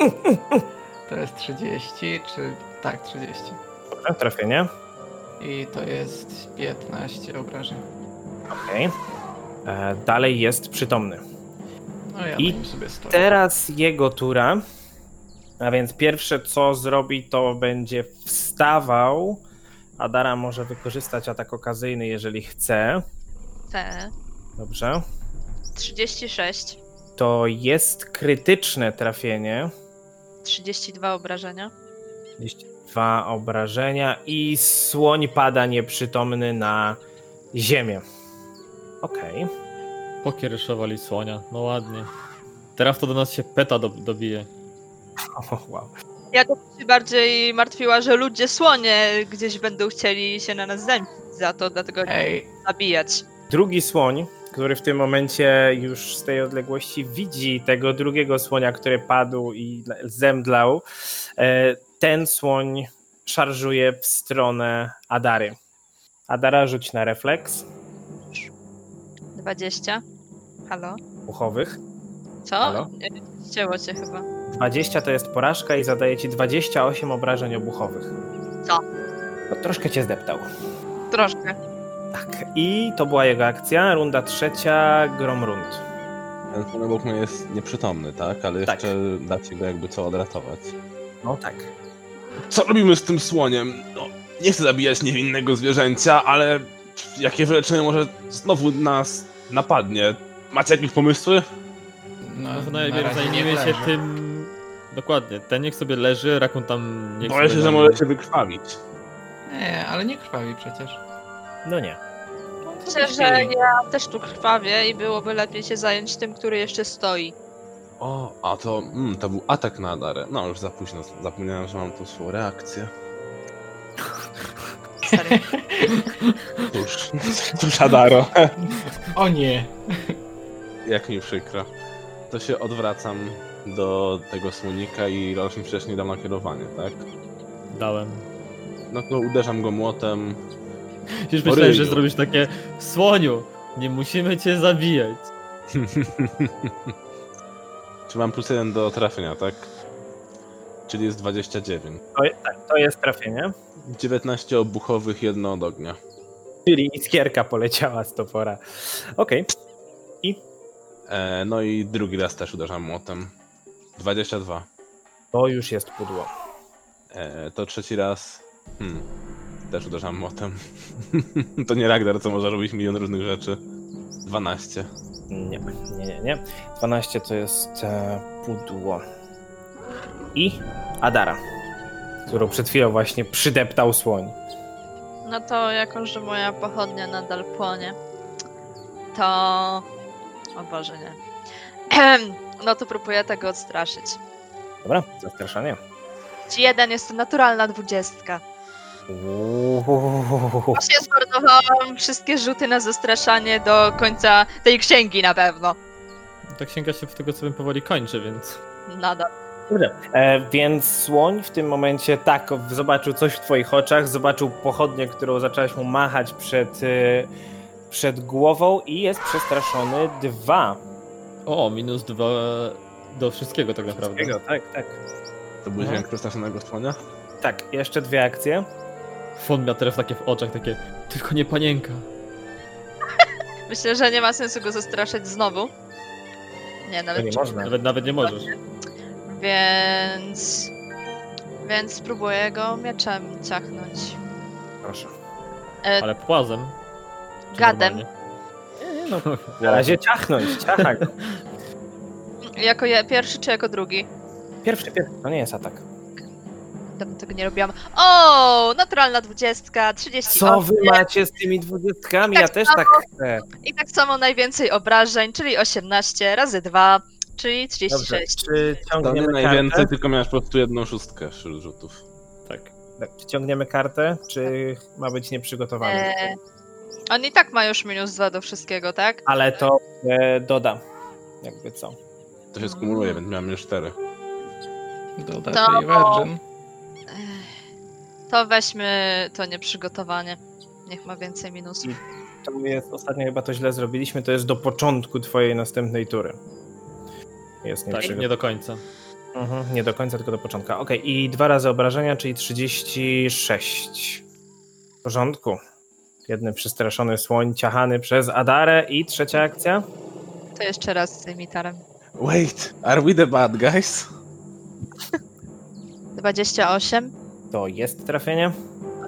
E: To jest 30, czy. Tak, 30.
B: Dobrze, trafienie.
E: I to jest 15 obrażeń.
B: Okej. E, Dalej jest przytomny.
E: No ja
B: I
E: I sobie stoję.
B: Teraz jego tura. A więc pierwsze co zrobi, to będzie wstawał. Adara może wykorzystać atak okazyjny, jeżeli chce.
C: Te.
B: Dobrze.
C: 36.
B: To jest krytyczne trafienie.
C: 32 obrażenia.
B: 22 obrażenia i słoń pada nieprzytomny na ziemię. Okej.
A: Pokiereszowali słonia, no ładnie. Teraz to do nas się peta do, dobije.
B: O, Wow.
C: Ja to się bardziej martwiła, że ludzie słonie gdzieś będą chcieli się na nas zemścić za to, dlatego nie
E: Ej,
C: zabijać.
B: Drugi słoń, który w tym momencie już z tej odległości widzi tego drugiego słonia, który padł i zemdlał, e, ten słoń szarżuje w stronę Adary. Adara rzuć na refleks
C: 20. Halo?
B: uchowych.
C: Co?
E: Halo?
C: Nie, Ścięło cię chyba.
B: 20 to jest porażka i zadaje ci 28 obrażeń obuchowych.
C: Co?
B: No, troszkę cię zdeptał.
C: Troszkę.
B: Tak. I to była jego akcja. Runda trzecia, Gromrund.
D: Ten pan obok mnie jest nieprzytomny, tak? Ale
B: Tak.
D: jeszcze dacie go jakby co odratować.
B: No tak.
D: Co robimy z tym słoniem? No, nie chcę zabijać niewinnego zwierzęcia, ale jakie wyleczenie może znowu nas napadnie? Macie jakieś pomysły?
E: no,
A: No to
E: na
A: najpierw
E: razie nie
A: zajmiemy się
E: leży.
A: tym. Dokładnie, ten niech sobie leży, rakun tam niech sobie
D: Boję się,
A: leży.
D: że możecie wykrwawić.
E: Nie, ale nie krwawi przecież.
B: No nie.
C: Myślę, że ja też tu krwawię i byłoby lepiej się zająć tym, który jeszcze stoi.
D: O, a to, mm, to był atak na Adarę. No, już za późno, zapomniałem, że mam tu swoją reakcję.
C: Stary.
D: Cóż, cóż Adaro.
E: O nie!
D: Jak mi przykro. To się odwracam do tego słonika i rocznym wcześniej dam nakierowanie, tak?
A: Dałem.
D: No to uderzam go młotem.
A: Już myślałem, że
D: Oryju.
A: zrobisz takie słoniu. Nie musimy cię zabijać.
D: Czy mam plus jeden do trafienia, tak? Czyli jest 29.
B: To, tak, to jest trafienie.
D: 19 obuchowych, jedno od ognia.
B: Czyli iskierka poleciała z topora. Okej.
D: E, no i drugi raz też uderzam młotem. 22.
B: To już jest pudło.
D: E, to trzeci raz. Hmm. Też uderzam młotem. to nie Ragnar, co może robić milion różnych rzeczy. 12.
B: Nie, nie, nie, nie. 12 to jest e, pudło. I Adara, którą przed chwilą właśnie przydeptał słoń.
C: No to jako, że moja pochodnia nadal płonie, to... O Boże, nie. Ehem, No to próbuję tego odstraszyć.
B: Dobra, zastraszanie.
C: Ci jeden jest to naturalna dwudziestka.
B: Uuuu.
C: Właśnie zmarnowałam wszystkie rzuty na zastraszanie do końca tej księgi na pewno.
A: Ta księga Tak się w tego co wiem powoli kończy, więc.
C: Nadal.
B: E, więc słoń w tym momencie tak w- zobaczył coś w twoich oczach, zobaczył pochodnię, którą zaczęłaś mu machać przed, e, przed głową i jest przestraszony dwa.
A: O, minus dwa do wszystkiego tak naprawdę.
B: Wszystkiego, Tak, tak.
D: To był
B: No.
D: dźwięk przestraszonego słonia?
B: Tak, jeszcze dwie akcje.
A: Fon miał teraz takie w oczach, takie. Tylko nie panienka.
C: Myślę, że nie ma sensu go zastraszać znowu. Nie, nawet
B: No nie można.
A: Nawet nawet nie możesz.
C: Więc. Więc spróbuję go mieczem ciachnąć.
B: Proszę.
A: Ale płazem. czy
C: Gadem.
A: normalnie?
B: No, na razie ciachnąć, ciachak.
C: Jako je, pierwszy czy jako drugi?
B: Pierwszy, pierwszy, to nie jest atak.
C: Dawno tego nie robiłam. O! Naturalna dwudziestka, 30.
B: Co wy macie z tymi dwudziestkami? Ja też tak chcę.
C: I tak samo najwięcej obrażeń, czyli 18 razy 2, czyli 36.
B: Dobrze, czy
D: To nie
B: ciągniemy kartę?
D: najwięcej, tylko miałeś po prostu jedną szóstkę wśród rzutów.
A: Tak.
B: Tak, Czy ciągniemy kartę, czy ma być nieprzygotowany?
C: Eee, on i tak ma już minus 2 do wszystkiego, tak?
B: Ale to e, dodam. Jakby co.
D: To się skumuluje, więc miałem już cztery.
E: Doda
C: To-
E: tej Virgin.
C: To weźmy to nieprzygotowanie. Niech ma więcej minusów.
B: Mm. To jest, ostatnio chyba to źle zrobiliśmy, to jest do początku twojej następnej tury. Jest
A: Tak,
B: nieprzygotowany.
A: nie do końca.
B: Mhm, nie do końca, tylko do początka. Okej, i dwa razy obrażenia, czyli 36. W porządku. Jeden przestraszony słoń ciachany przez Adarę i trzecia akcja?
C: To jeszcze raz z tym itarem.
D: Wait, are we the bad guys?
C: 28,
B: To jest trafienie.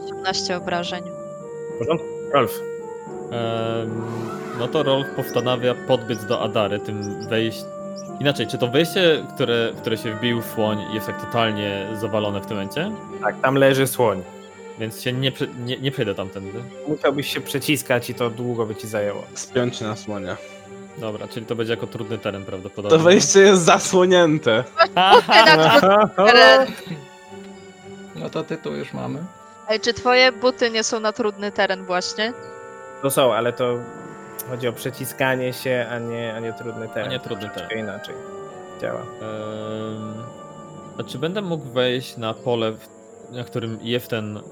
C: 18 obrażeń.
B: W porządku. Rolf.
A: Em, no to Rolf postanawia podbiec do Adary tym wejść Inaczej, czy to wejście, które, które się wbił w słoń jest tak totalnie zawalone w tym momencie?
B: Tak, tam leży słoń.
A: Więc się nie, prze- nie, nie przejdę tamtędy.
B: Musiałbyś się przeciskać i to długo by ci zajęło.
D: Spiąć się na słonia.
A: Dobra, czyli to będzie jako trudny teren prawdopodobnie.
D: To wejście jest zasłonięte.
A: Aha!
C: Teren.
E: No to tytuł już mamy.
C: Ej, czy twoje buty nie są na trudny teren właśnie?
B: To są, ale to chodzi o przeciskanie się, a nie, a nie trudny teren.
A: nie trudny teren.
B: Troszeczkę inaczej działa.
A: Em, A czy będę mógł wejść na pole, w- na którym jest ten, y,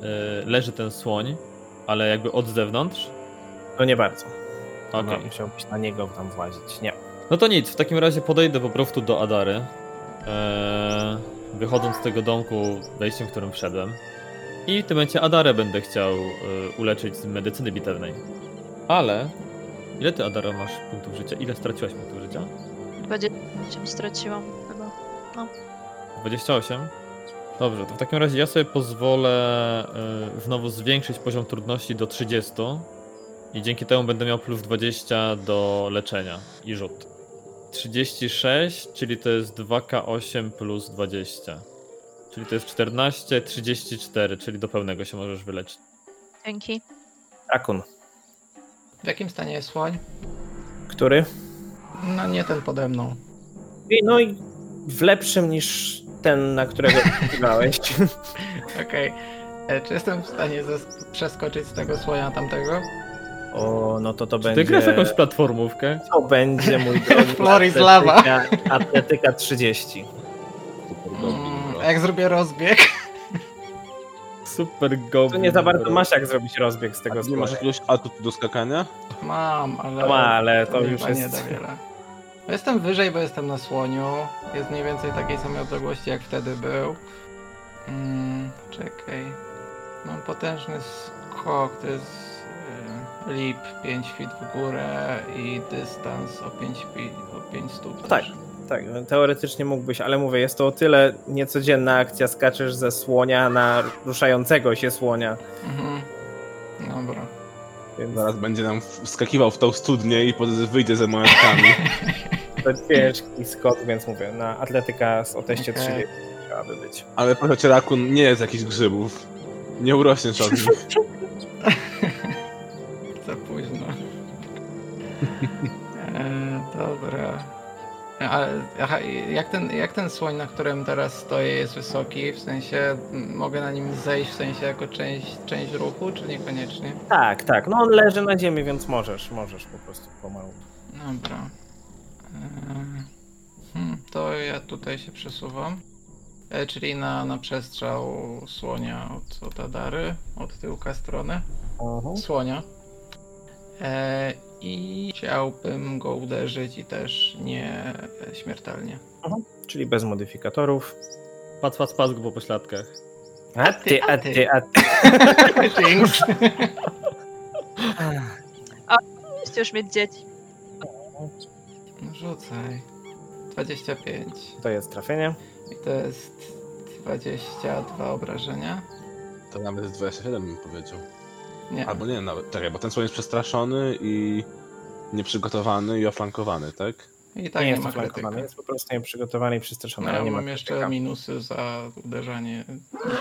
A: leży ten słoń, ale jakby od zewnątrz?
B: No nie bardzo.
A: Okej.
B: No, musiałbyś na niego tam włazić. Nie.
A: No to nic, w takim razie podejdę po prostu do Adary. Eee, wychodząc z tego domku, wejściem, w którym wszedłem. I w tym momencie Adarę będę chciał e, uleczyć z medycyny bitewnej. Ale. Ile ty, Adara, masz punktów życia? Ile straciłaś punktów życia?
C: 28 straciłam chyba.
A: 28? Dobrze, to w takim razie ja sobie pozwolę e, znowu zwiększyć poziom trudności do 30. I dzięki temu będę miał plus 20 do leczenia i rzut. 36, czyli to jest 2K8 plus 20. Czyli to jest 14, 34, czyli do pełnego się możesz wyleczyć.
C: Dzięki.
B: Akun.
E: W jakim stanie jest słoń?
B: Który?
E: No nie ten pode mną.
B: I- No i w lepszym niż ten, na którego wygrałeś.
E: Okej. E, Czy jestem w stanie zes- przeskoczyć z tego słonia na tamtego?
B: O, no to to
A: Czy
B: będzie...
A: ty grasz jakąś platformówkę?
B: To będzie mój drogi
E: Floor is lava.
B: atletyka- Atletyka 30.
D: Super
E: Mm,
D: dobry.
E: a jak zrobię rozbieg?
A: Super goblin.
B: Tu nie za bardzo
A: bro.
B: masz jak zrobić rozbieg z tego
D: Nie masz
B: słonia.
D: jakiegoś atut do skakania?
E: Mam, ale...
B: No ma, ale
E: to
B: to już
E: chyba nie da
B: jest...
E: wiele. No Jestem wyżej, bo jestem na słoniu. Jest mniej więcej takiej samej odległości jak wtedy był. Mm, czekaj. Mam potężny skok, to jest y, leap 5 feet w górę i dystans o 5, feet, o 5 stóp.
B: Tak.
E: też.
B: Tak, no, teoretycznie mógłbyś, ale mówię, jest to o tyle niecodzienna akcja, skaczesz ze słonia na ruszającego się słonia,
E: Mhm. Dobra.
B: więc
D: Zaraz będzie nam wskakiwał w tą studnię i pod- wyjdzie ze majątkami.
B: to ciężki skok, więc mówię, na atletyka z o teście
E: Okej.
B: 30 chciałaby być.
D: Ale proszę cię, Rakun, nie jest jakichś grzybów. Nie urośniesz od nich.
E: Za późno. e, dobra. Ale aha, i jak, ten, jak ten słoń, na którym teraz stoję, jest wysoki? W sensie m, mogę na nim zejść w sensie jako część, część ruchu, czy niekoniecznie?
B: Tak, tak, no on leży na ziemi, więc możesz, możesz po prostu pomału.
E: Dobra. E, hmm, to ja tutaj się przesuwam. E, czyli na, na przestrzał słonia od, od Adary, od tyłka strony. Mhm. słonia. E, I chciałbym go uderzyć i też nie śmiertelnie.
B: Czyli bez modyfikatorów.
A: Pac, pac, pac, bo po śladkach.
B: A ty, a ty, a ty.
E: Jinx.
C: Chcę już mieć dzieci.
E: No Rzucaj. 25.
B: To jest trafienie.
E: I to jest 22 obrażenia.
D: To nawet jest 27 bym powiedział.
E: Nie.
D: Albo nie, nawet. Czekaj, bo ten słoń jest przestraszony i nieprzygotowany i oflankowany, tak?
E: I tak
B: nie
E: nie,
B: jest
E: ma krytyka.
B: oflankowany, jest po prostu nieprzygotowany i przestraszony.
E: No,
B: ale
E: ja
B: nie
E: mam
B: ma
E: jeszcze
B: krytyka.
E: minusy za uderzanie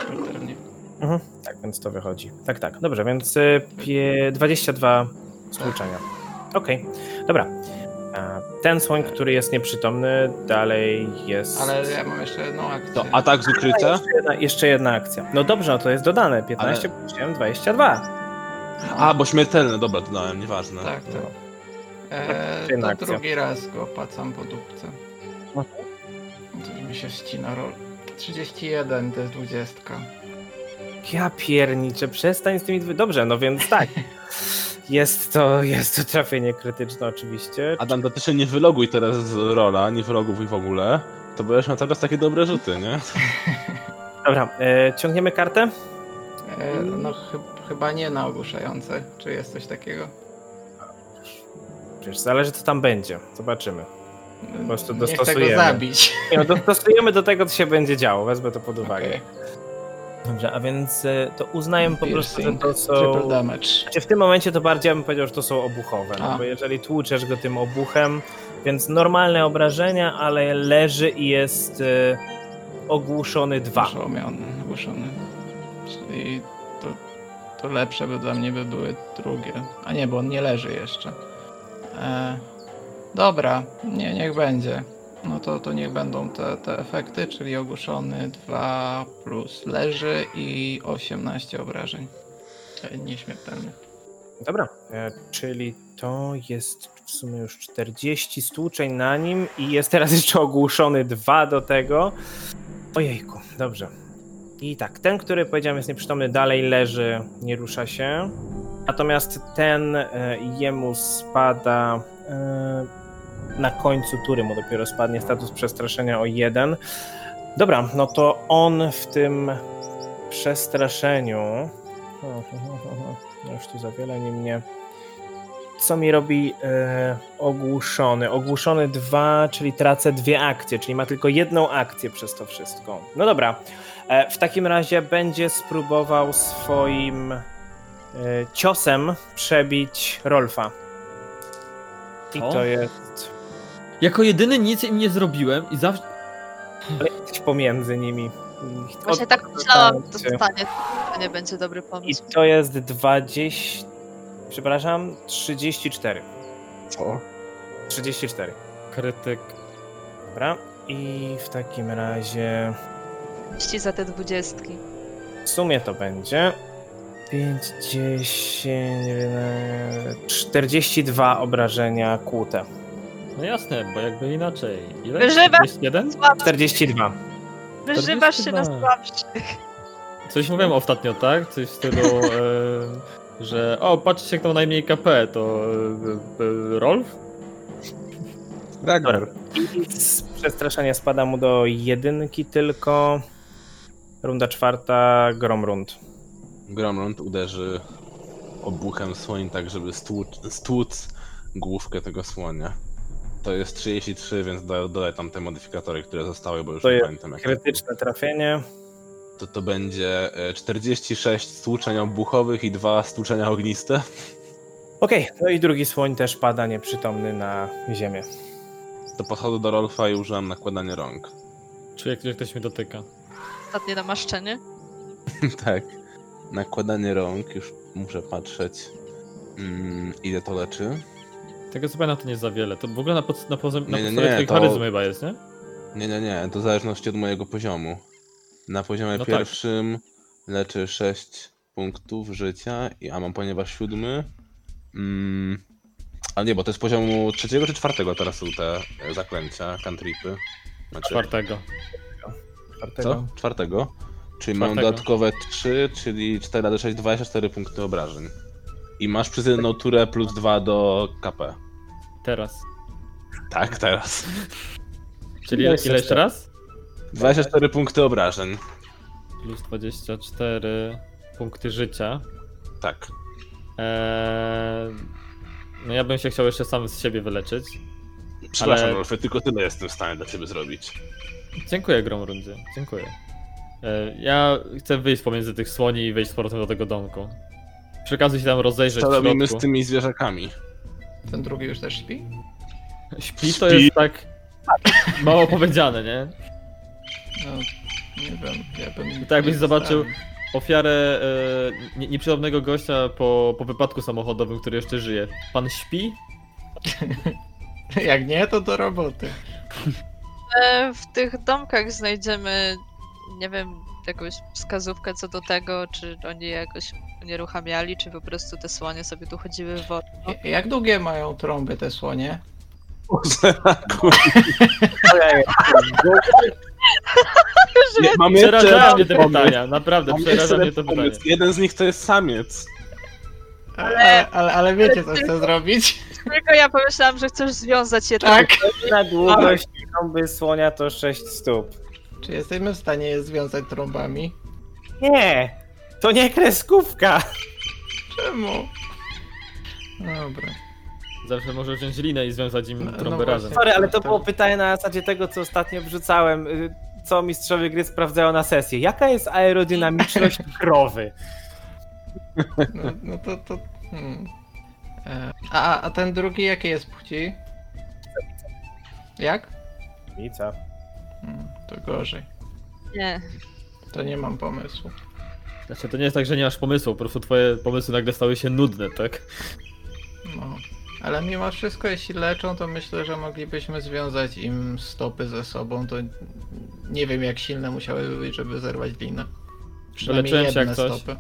E: śmiertelnie.
B: Mhm. Tak, więc to wychodzi. Tak, tak. Dobrze, więc y, pie... 22 stłuczenia. Okej, dobra. A Ten słoń, który jest nieprzytomny, dalej jest.
E: Ale ja mam jeszcze jedną akcję.
D: To atak z ukrycia?
B: Jeszcze jedna, jeszcze jedna akcja. No dobrze, no to jest dodane. 15 plus 7, 22.
D: A, bo śmiertelne, dobra, dodałem, nieważne.
E: Tak, tak. E,
B: Czyli No.
E: to
B: Tak, akcja. No.
E: drugi raz go pacam po dupce. Coś mi się ścina rol. 31 to jest 20.
B: Ja pierniczę, przestań z tymi. dwu- Dobrze, no więc tak. Jest to, jest to trafienie krytyczne, oczywiście.
D: Adam, to ty się nie wyloguj teraz z rola, nie wyloguj w ogóle. To będziesz miał teraz takie dobre rzuty, nie?
B: Dobra, e, ciągniemy kartę.
E: E,
B: Mm.
E: no chy- chyba nie na ogłuszające. Czy jest coś takiego?
B: Przecież zależy, co tam będzie. Zobaczymy.
E: Po
B: prostu
E: nie chcę
B: dostosujemy.
E: go zabić.
B: Nie, no, dostosujemy do tego, co się będzie działo. Wezmę to pod uwagę.
E: Okej.
B: Dobrze, a więc e, to uznaję po prostu, że
E: Piercing,
B: to są.
E: Triple damage.
B: Znaczy w tym momencie to bardziej ja bym powiedział, że to są obuchowe. No,
E: A.
B: bo jeżeli tłuczesz go tym obuchem, Więc normalne obrażenia, ale leży i jest y, ogłuszony dwa.
E: Oszołomiony, ogłuszony. Czyli to, to lepsze by dla mnie by były drugie. A nie, bo on nie leży jeszcze. E, dobra, nie, niech będzie. No to, to niech będą te, te efekty, czyli ogłuszony 2 plus leży i 18 obrażeń. E, Nieśmiertelny.
B: Dobra, e, czyli to jest w sumie już 40 stłuczeń na nim i jest teraz jeszcze ogłuszony dwa do tego. Ojejku, dobrze. I tak, ten, który powiedziałem jest nieprzytomny, dalej leży, nie rusza się. Natomiast ten e, jemu spada e, na końcu tury, mu dopiero spadnie status przestraszenia o jeden. Dobra, no to on w tym przestraszeniu. No już tu za wiele nim nie. Co mi robi e, ogłuszony? Ogłuszony dwa, czyli tracę dwie akcje, czyli ma tylko jedną akcję przez to wszystko. No dobra. E, w takim razie będzie spróbował swoim e, ciosem przebić Rolfa. I
A: O.
B: to jest.
A: Jako jedyny nic im nie zrobiłem i zawsze...
B: Ale jesteś pomiędzy nimi.
C: Właśnie tak myślałam, to stanie. To nie będzie dobry
B: I
C: pomysł.
B: to jest 20. Przepraszam, 34.
D: Co?
B: 34.
A: Krytyk.
B: Dobra. I w takim razie
C: Iści za te dwudziestki.
B: w sumie to będzie 50. 42 obrażenia kłute.
A: No jasne, bo jakby inaczej. Ile?
C: Wyżywa!
A: 41?
C: Słabo,
B: 42.
C: wyżywasz się na
A: 42.
C: słabszych.
A: Coś mówiłem ostatnio, tak? Coś w stylu, e, że o, patrzcie kto ma najmniej KP, to e, e, Rolf?
B: Dobra. I z przestraszenia spada mu do jedynki tylko. Runda czwarta, grom rund.
D: Gromlund uderzy obuchem słoń tak, żeby stłuc, stłuc główkę tego słonia. To jest 33, więc do- dodaję tam te modyfikatory, które zostały, bo już
B: To
D: nie
B: jest
D: pamiętam jakie.
B: Krytyczne trafienie.
D: To to będzie e, 46 stłuczeń obuchowych i 2 stłuczenia ogniste.
B: Okej, no i drugi słoń też pada nieprzytomny na ziemię.
D: To podchodzę do Rolfa i użyłem nakładania rąk.
A: Czuję, jak ktoś mnie dotyka.
C: Ostatnie namaszczenie.
D: tak. Nakładanie rąk, już muszę patrzeć mm, ile to leczy.
A: Tego co pamiętam to nie za wiele, to w ogóle na, pod, na, poza, na
D: Nie, nie,
A: podstawie
D: nie,
A: twojej
D: to-
A: charyzmy chyba jest, nie?
D: Nie, nie, nie, to w zależności od mojego poziomu. Na poziomie
A: No tak.
D: pierwszym leczy 6 punktów życia, i- a mam ponieważ siódmy. Mm, ale nie, bo to jest poziomu trzeciego czy czwartego teraz są te e, zaklęcia, cantripy. Znaczy,
A: Czwartego.
D: Co? Czwartego. Czyli mam
A: Czwartego.
D: dodatkowe 3, czyli 4 razy 6, 24 punkty obrażeń. I masz przez jedną turę plus 2 do KP.
A: Teraz.
D: Tak, teraz.
A: Czyli
B: No
A: ile,
B: jest
A: ile
B: to
A: jeszcze raz?
D: 24 punkty obrażeń.
A: Plus 24 punkty życia.
D: Tak.
A: Eee, no ja bym się chciał jeszcze sam z siebie wyleczyć.
D: Przepraszam,
A: Ale-
D: Rolfie, tylko tyle jestem w stanie dla ciebie zrobić.
A: Dziękuję Gromrundzie, dziękuję. E, Ja chcę wyjść pomiędzy tych słoni i wejść z powrotem do tego domku. Przekazuj się tam rozejrzeć
D: Co
A: w
D: robimy z
A: środku.
D: tymi zwierzakami?
E: Ten drugi już też śpi?
A: Śpi to
D: Śpi.
A: jest tak mało powiedziane, nie?
E: No, nie wiem, ja bym...
A: Tak, byś
E: nie
A: zobaczył-
E: zostawił.
A: Ofiarę e, nie- nieprzytomnego gościa po, po wypadku samochodowym, który jeszcze żyje. Pan śpi?
E: Jak nie, to do roboty.
C: E, W tych domkach znajdziemy, nie wiem, jakąś wskazówkę co do tego, czy oni jakoś unieruchamiali, czy po prostu te słonie sobie tu chodziły w wodę.
E: Ja- Jak długie mają trąby te słonie?
B: Ojej,
D: Nie, mam
A: Przeraża
D: jeszcze
A: mnie te
D: pomysł.
A: pytania, naprawdę,
D: Mam
A: przeraża
D: jeszcze
A: mnie to pytanie.
D: pomysł. Jeden z nich to jest samiec.
E: Ale, ale, ale wiecie, co chcę zrobić?
C: Tylko ja pomyślałam, że chcesz związać je
E: Tak.
B: na długość
A: Tak.
B: trąby słonia to 6 stóp.
E: Czy jesteśmy w stanie je związać trąbami?
B: Nie, to nie kreskówka.
E: Czemu? Dobra.
A: Zawsze może wziąć linę i związać im
E: No, no
A: trąby razem.
E: właśnie.
B: Sorry, ale to było pytanie na zasadzie tego, co ostatnio wrzucałem, y, co mistrzowie gry sprawdzają na sesję. Jaka jest aerodynamiczność krowy?
E: No, no to, to... Hmm. E, A, a ten drugi jakie jest płci? Jak?
B: Wica.
E: Mm, To gorzej.
C: Nie.
E: To nie mam pomysłu.
A: Znaczy, to nie jest tak, że nie masz pomysłu, po prostu twoje pomysły nagle stały się nudne, tak?
E: No. Ale mimo wszystko, jeśli leczą, to myślę, że moglibyśmy związać im stopy ze sobą. To nie wiem, jak silne musiałyby być, żeby zerwać linę. Przynajmniej
A: Leczyłem się
E: jedne
A: jak coś.
E: stopy.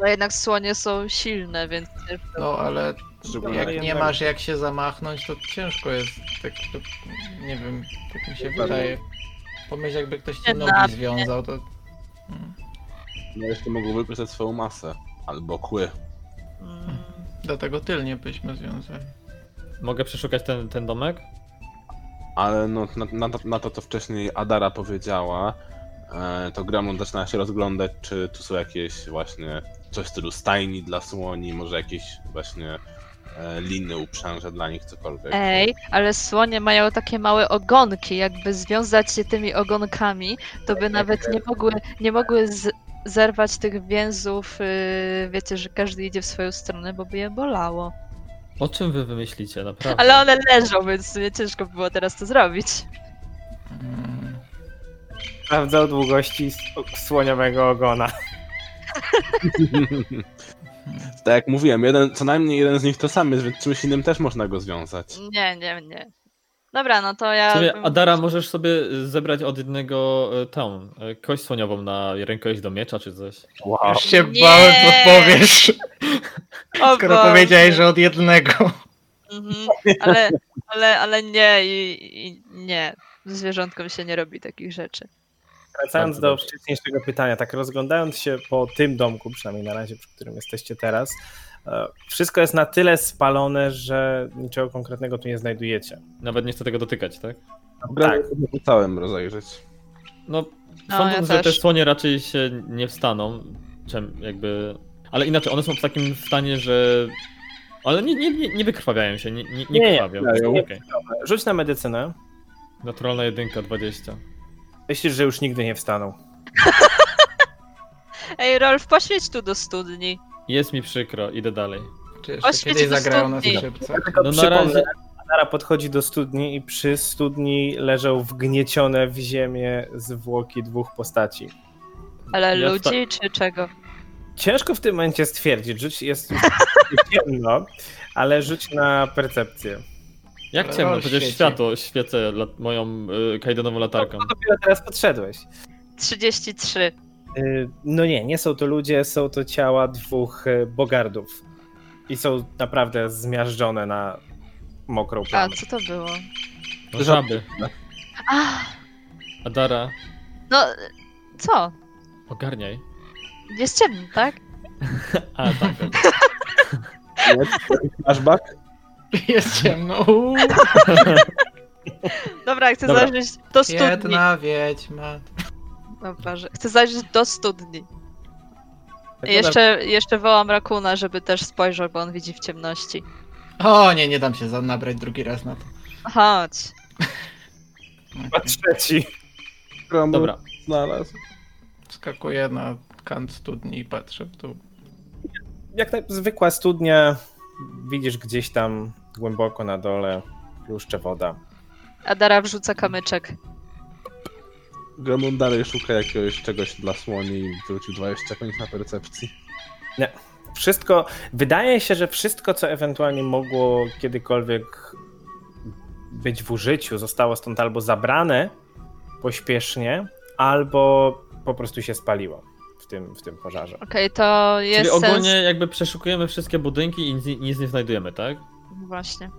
C: No jednak słonie są silne, więc nie
E: No, ale
D: Szczególnie
E: jak
B: ale
E: nie
B: jednak-
E: masz jak się zamachnąć, to ciężko jest. Tak, to, nie wiem, tak mi się
D: Dobra.
E: wydaje. Pomyśl, jakby ktoś ci
C: Nie
E: nogi
C: da-
E: związał, to... Mm.
D: No jeszcze mogą wypisać swoją masę. Albo kły.
E: Dlatego tylnie byśmy związali.
A: Mogę przeszukać ten, ten domek?
D: Ale no, na, na, to- na to, co wcześniej Adara powiedziała, e, to Gramon zaczyna się rozglądać, czy tu są jakieś właśnie coś w stylu stajni dla słoni, może jakieś właśnie e, liny uprzęże dla nich, cokolwiek.
C: Ej, ale słonie mają takie małe ogonki, jakby związać się tymi ogonkami, to by nawet nie mogły, nie mogły z- zerwać tych więzów, yy, wiecie, że każdy idzie w swoją stronę, bo by je bolało.
A: O czym wy wymyślicie, naprawdę?
C: Ale one leżą, więc nie ciężko było teraz to zrobić.
E: Mm.
B: Sprawdza o długości s- słoniowego ogona.
D: Tak jak mówiłem, jeden, co najmniej jeden z nich to sam jest, więc czymś innym też można go związać.
C: Nie, nie, nie. Dobra, no to
A: W
C: ja...
A: sumie,
C: bym-
A: Adara, możesz sobie y, zebrać od jednego e, tą e, kość słoniową na rękojeść do miecza czy coś.
D: Wow.
E: Już się
C: Nie.
E: bałem, bo powiesz.
C: O
E: Skoro
C: Boże.
E: powiedziałeś, że od jednego.
C: Mhm, ale, ale, ale nie i, i nie. Zwierzątkom się nie robi takich rzeczy.
B: Wracając
A: Bardzo
B: do
A: dobrze.
B: wcześniejszego pytania, tak rozglądając się po tym domku, przynajmniej na razie, przy którym jesteście teraz, e, wszystko jest na tyle spalone, że niczego konkretnego tu nie znajdujecie.
A: Nawet nie chcę tego dotykać, tak?
D: Tak. Chciałem rozejrzeć.
A: No,
C: No,
A: sądząc,
C: ja
A: że te
C: też.
A: słonie raczej się nie wstaną, czym jakby... Ale inaczej, one są w takim stanie, że... Ale nie, nie, nie, nie wykrwawiają się, nie, nie, nie,
B: Nie,
A: krwawią.
D: nie, nie.
A: Okej.
B: Rzuć na medycynę.
A: Naturalna jedynka, 20.
B: Myślisz, że już nigdy nie wstaną.
C: Ej, Rolf, poświeć tu do studni.
A: Jest mi przykro, idę dalej.
E: Czy
C: O,
E: jeszcze
C: świeci
E: kiedyś
C: do
E: zagrają na
C: studni.
E: skrzypce?
A: No
B: Tylko
A: na
B: przypomnę,
A: razie-
B: Adara podchodzi do studni i przy studni leżą wgniecione w ziemię zwłoki dwóch postaci.
C: Ale
A: Ja wsta-
C: ludzi czy czego?
B: Ciężko w tym momencie stwierdzić, rzuć jest już ciemno, ale rzuć na percepcję.
A: Jak
E: Ale
A: ciemno,
E: roz
A: przecież
E: świeci.
A: światło świecę lat, moją y, kajdanową latarką.
B: No, dopiero teraz podszedłeś.
C: 33.
B: Y, No nie, nie są to ludzie, są to ciała dwóch y, bogardów. I są naprawdę zmiażdżone na mokrą
C: A,
B: plamę.
C: co to było?
A: No, żaby.
C: A,
A: Adara,
C: no, co?
A: ogarniaj.
C: Jest ciemno, tak?
A: A, tak.
D: Flashback?
E: Jest ciemno. Uuu,
C: Dobra, chcę
A: Dobra.
C: zajrzeć do studni.
E: Jedna wiedźma.
C: Dobra, że- chcę zajrzeć do studni.
A: Tak,
B: Wygląda-
C: Jeszcze, jeszcze wołam Rakuna, żeby też spojrzał, bo on widzi w ciemności.
E: O nie, nie dam się za- nabrać drugi raz na to.
C: Chodź.
B: Chyba
E: Okay.
B: trzeci.
A: Dobra,
D: Znalazł.
E: Skakuję na kant studni i patrzę w dół.
B: Jak naj- zwykła studnia, widzisz gdzieś tam głęboko na dole pluszcze woda.
C: Adara wrzuca kamyczek.
D: Gromon dalej szuka jakiegoś czegoś dla słoni i wrócił 25 na percepcji.
B: Wszystko, wydaje się, że wszystko, co ewentualnie mogło kiedykolwiek być w użyciu, zostało stąd albo zabrane pośpiesznie, albo po prostu się spaliło w tym, w tym pożarze.
C: Okej, to jest
A: czyli ogólnie
C: sens...
A: jakby przeszukujemy wszystkie budynki i nic, nic nie znajdujemy, tak?
C: No Właśnie.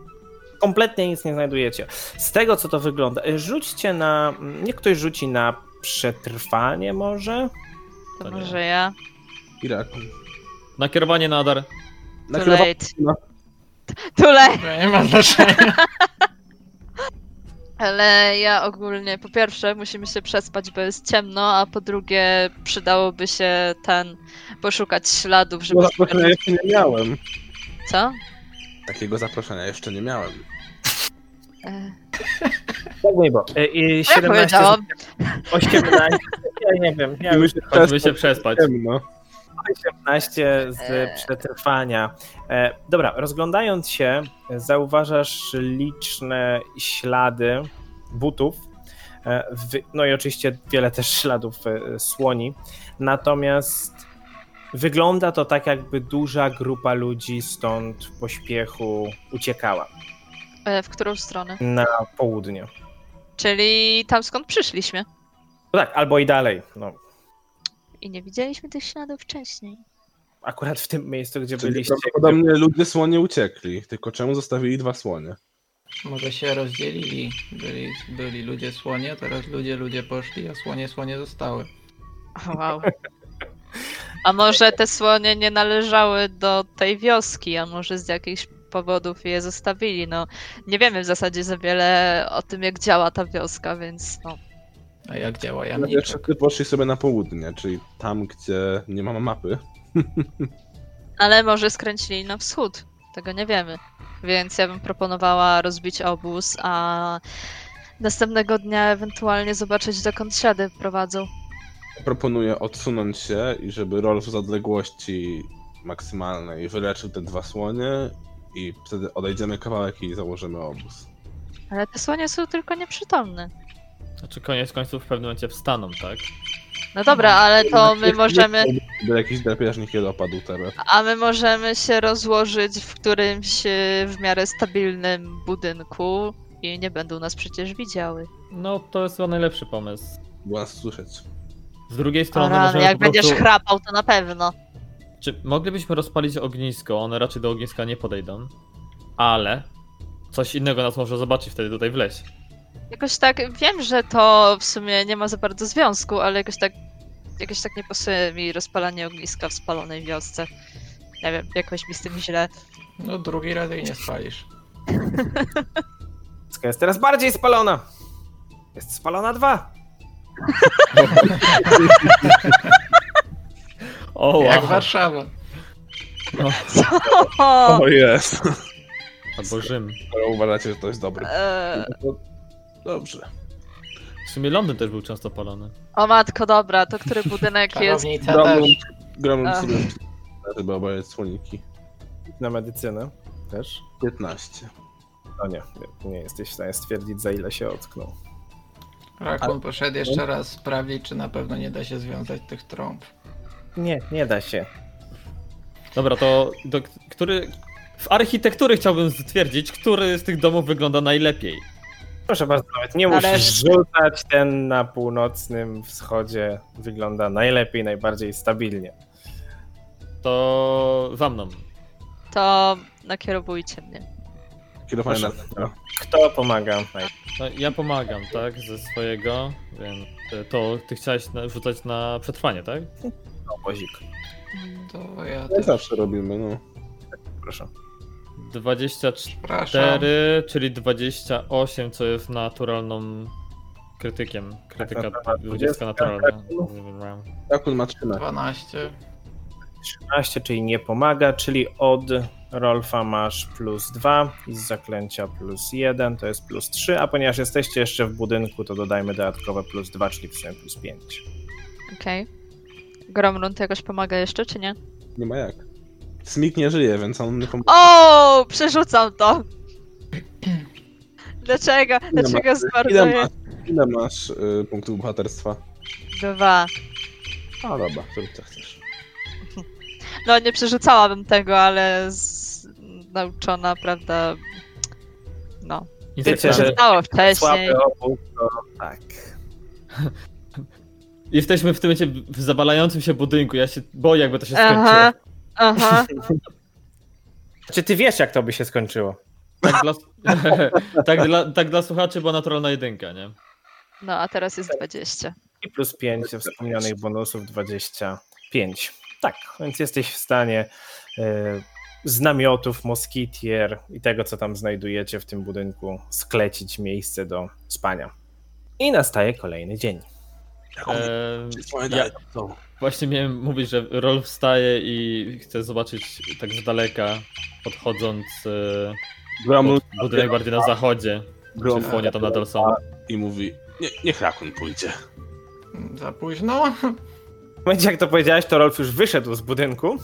B: kompletnie nic nie znajdujecie. Z tego, co to wygląda, y, rzućcie na. Niech ktoś rzuci na przetrwanie, może?
C: To,
A: To nie.
C: może ja.
D: Irak.
A: Nakierowanie na Adar.
C: Too
D: Nakierowa-
C: late. Too late.
E: Dobra, nie ma znaczenia.
C: Ale ja ogólnie, po pierwsze, musimy się przespać, bo jest ciemno, a po drugie, przydałoby się ten poszukać śladów, żeby.
D: Takiego zaproszenia jeszcze nie miałem.
C: Co?
D: Takiego zaproszenia jeszcze nie miałem.
C: E,
B: Tak, nie, bo. y, y,
C: ja
B: 17,
C: powiedziałam.
B: 18, ja nie wiem, ja już
A: Chodźmy się przespać.
D: Ciemno.
B: 18 z przetrwania. E, dobra, rozglądając się, zauważasz liczne ślady butów. e, wy- No i oczywiście wiele też śladów e, słoni. Natomiast wygląda to tak, jakby duża grupa ludzi stąd w pośpiechu uciekała
C: E, w którą stronę?
B: na południe.
C: Czyli tam skąd przyszliśmy.
B: No tak, albo i dalej. No,
C: I nie widzieliśmy tych śladów wcześniej.
B: akurat w tym miejscu, gdzie
D: Czyli
B: byliście.
D: prawdopodobnie ludzie słonie uciekli, tylko czemu zostawili dwa słonie?
E: Może się rozdzielili. Byli, byli ludzie słonie, teraz ludzie ludzie poszli, a słonie słonie zostały.
C: Wow. A może te słonie nie należały do tej wioski, a może z jakichś powodów je zostawili. No, nie wiemy w zasadzie za wiele o tym, jak działa ta wioska, więc no.
E: A jak działa
D: Ale
E: jamniczek?
D: Jeszcze poszli sobie na południe, czyli tam, gdzie nie ma mapy.
C: Ale może skręcili na wschód. Tego nie wiemy. Więc ja bym proponowała rozbić obóz, a następnego dnia ewentualnie zobaczyć, dokąd ślady prowadzą.
D: Proponuję odsunąć się i żeby Rolf z odległości maksymalnej wyleczył te dwa słonie i wtedy odejdziemy kawałek i założymy obóz.
C: Ale te słonie są tylko nieprzytomne.
A: Znaczy koniec końców w pewnym momencie wstaną, tak?
C: No dobra, ale to my możemy.
D: By jakiś drapieżnik je opadł teraz.
C: A my możemy się rozłożyć w którymś e, w miarę stabilnym budynku i nie będą nas przecież widziały.
A: No to jest chyba najlepszy pomysł.
D: Było nas słyszeć.
A: Z drugiej
C: O
A: strony
C: rany,
A: możemy
C: jak
A: po prostu...
C: będziesz chrapał, to na pewno.
A: Czy moglibyśmy rozpalić ognisko? One raczej do ogniska nie podejdą. Ale coś innego nas może zobaczyć wtedy tutaj w lesie.
C: Jakoś tak wiem, że to w sumie nie ma za bardzo związku, ale jakoś tak jakoś tak nie pasuje mi rozpalanie ogniska w spalonej wiosce. Nie wiem, jakoś mi z tym źle.
E: No drugi raz jej nie spalisz.
B: Wioska Jest teraz bardziej spalona. Jest spalona dwa.
A: O,
E: Jak
A: wow.
E: Warszawa.
C: O,
D: O jest!
A: Albo Rzym.
D: Ale uważacie, że to jest dobry.
C: e,
D: To Dobrze.
A: W sumie Londyn też był często palony.
C: o matko dobra, to który budynek jest?
E: Czarownica też.
D: Gromlund, gromlund
C: Ach.
D: sobie żeby obejrzeć słoniki.
B: Na medycynę też.
D: 15.
B: No nie, nie, nie jesteś w stanie stwierdzić, za ile się ocknął.
E: Rakun poszedł jeszcze raz sprawdzić, czy na pewno nie da się związać tych trąb.
B: Nie, nie da się.
A: Dobra, to do, który... W architektury chciałbym stwierdzić, który z tych domów wygląda najlepiej.
B: Proszę bardzo, nawet nie
C: Należy.
B: musisz rzucać. Ten na północnym wschodzie wygląda najlepiej, najbardziej stabilnie.
A: To za mną.
C: To nakierowujcie mnie.
D: Kierowanie na
B: Proszę. Kto pomaga? Naj-
A: No, ja pomagam, tak? Ze swojego. Więc y, to ty chciałeś na, rzucać na przetrwanie, tak?
B: Obozik,
C: Mm,
E: To ja
D: To
E: też
D: zawsze robimy, no.
B: proszę.
A: 24,
E: przepraszam.
A: czyli 28, co jest naturalną krytykiem. Krytyka
B: naturalna,
A: 20
B: dwudziestka,
A: naturalna. no.
D: Jakun ma 13.
E: 12.
B: 13, czyli nie pomaga, czyli od Rolfa masz plus 2 i z zaklęcia plus 1, to jest plus 3, a ponieważ jesteście jeszcze w budynku, to dodajmy dodatkowe plus 2, czyli w sumie plus 5.
C: Okej. Gromrund jakoś pomaga jeszcze, czy nie?
D: Nie ma jak. Smik nie żyje, więc on nie pomaga.
C: O, przerzucam to. Dlaczego? Dlaczego
D: Ile masz,
C: zmarnuję?
D: ile masz y, punktów bohaterstwa?
C: Dwa.
D: A dobra, to co chcesz.
C: No nie przerzucałabym tego, ale z... nauczona, prawda? No.
B: Wiecie, że-
C: Stało wcześniej.
B: Słaby obóz, to tak.
A: Jesteśmy w tym momencie w zawalającym się budynku. Ja się boję, jakby to się skończyło.
C: Aha. Aha.
B: Czy ty wiesz, jak to by się skończyło?
A: Tak, dla, tak, dla, tak dla słuchaczy była naturalna jedynka, nie?
C: No, a teraz jest 20.
B: I plus 5 wspomnianych bonusów 25. Tak, więc jesteś w stanie e, z namiotów, moskitier i tego, co tam znajdujecie w tym budynku, sklecić miejsce do spania. I nastaje kolejny dzień.
D: E,
A: Eee,
D: Twoje
A: ja- Właśnie miałem mówić, że Rolf wstaje i chce zobaczyć tak z daleka, podchodząc e,
D: Gramu
A: pod budynek bardziej na zachodzie. Czy
D: Grom-
A: słonie tam nadal są.
D: i mówi, nie, niech Rakun pójdzie.
E: Za późno.
B: W momencie, jak to powiedziałeś, to Rolf już wyszedł z budynku,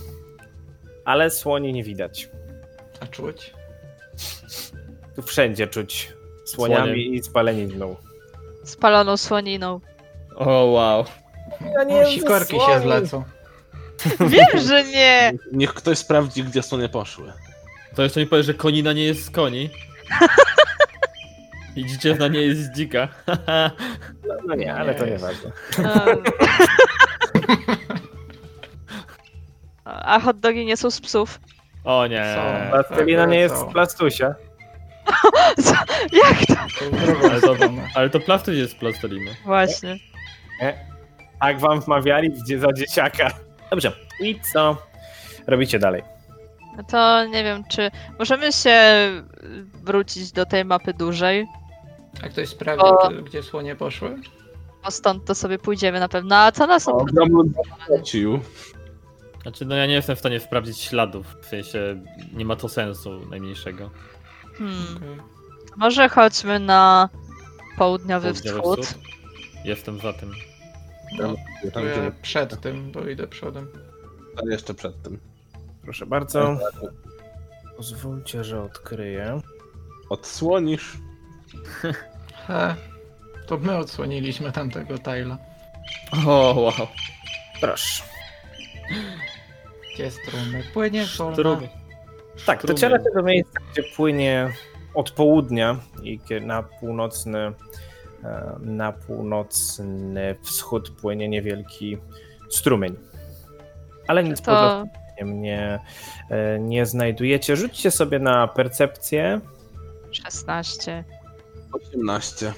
B: ale słoni nie widać.
E: A czuć?
B: Tu wszędzie czuć słoniami
F: Słoniem.
B: i spalenizną.
C: Spaloną słoniną.
A: O, wow.
B: Ja
E: O, sikorki się zlecą.
C: Wiem, że nie!
D: Niech ktoś sprawdzi, gdzie słonie poszły.
A: To jeszcze mi powiesz, że konina nie jest z koni. I dziewna nie jest z dzika.
B: No nie, ale to nieważne.
C: Em. A hot dogi nie są z psów.
A: o nie.
E: Są.
B: Plastelina
E: tak,
B: nie jest
E: to-
B: z plastusia.
C: Co? Jak to?
E: To drugą
A: Ale to-
E: stronę.
A: Ale to plafty jest z plasteliny.
C: Właśnie.
B: Tak wam wmawiali gdzie za dzieciaka. Dobrze, i co? Robicie dalej.
C: No to nie wiem, czy możemy się wrócić do tej mapy dłużej,
E: A ktoś sprawdził,
C: O.
E: czy- gdzie słonie poszły?
C: bo stąd to sobie pójdziemy na pewno. A co nas obchodzi?
D: Wrócił.
A: Znaczy, no ja nie jestem w stanie sprawdzić śladów. W sensie, nie ma to sensu najmniejszego.
C: Hmm. Może chodźmy na południowy
A: Południowy
C: wschód.
A: wschód. Jestem za tym.
E: No, to
D: Tam,
E: ja
D: gdzie
E: przed tym, bo idę przodem.
D: tam jeszcze przed tym.
B: Proszę bardzo. Pozwólcie, że odkryję.
D: Odsłonisz.
E: He, to my odsłoniliśmy tamtego Tyla.
A: O, wow.
B: Proszę.
E: Gdzie strunek płynie wolna?
A: Sztrumy.
B: Tak,
A: Trudno.
B: dociera się do miejsca, gdzie płynie od południa i kie- na północny, e, na północny wschód płynie niewielki strumień. Ale nic poza
C: To
B: strumieniem nie, e, nie znajdujecie. Rzućcie sobie na percepcję.
C: 16.
D: 18.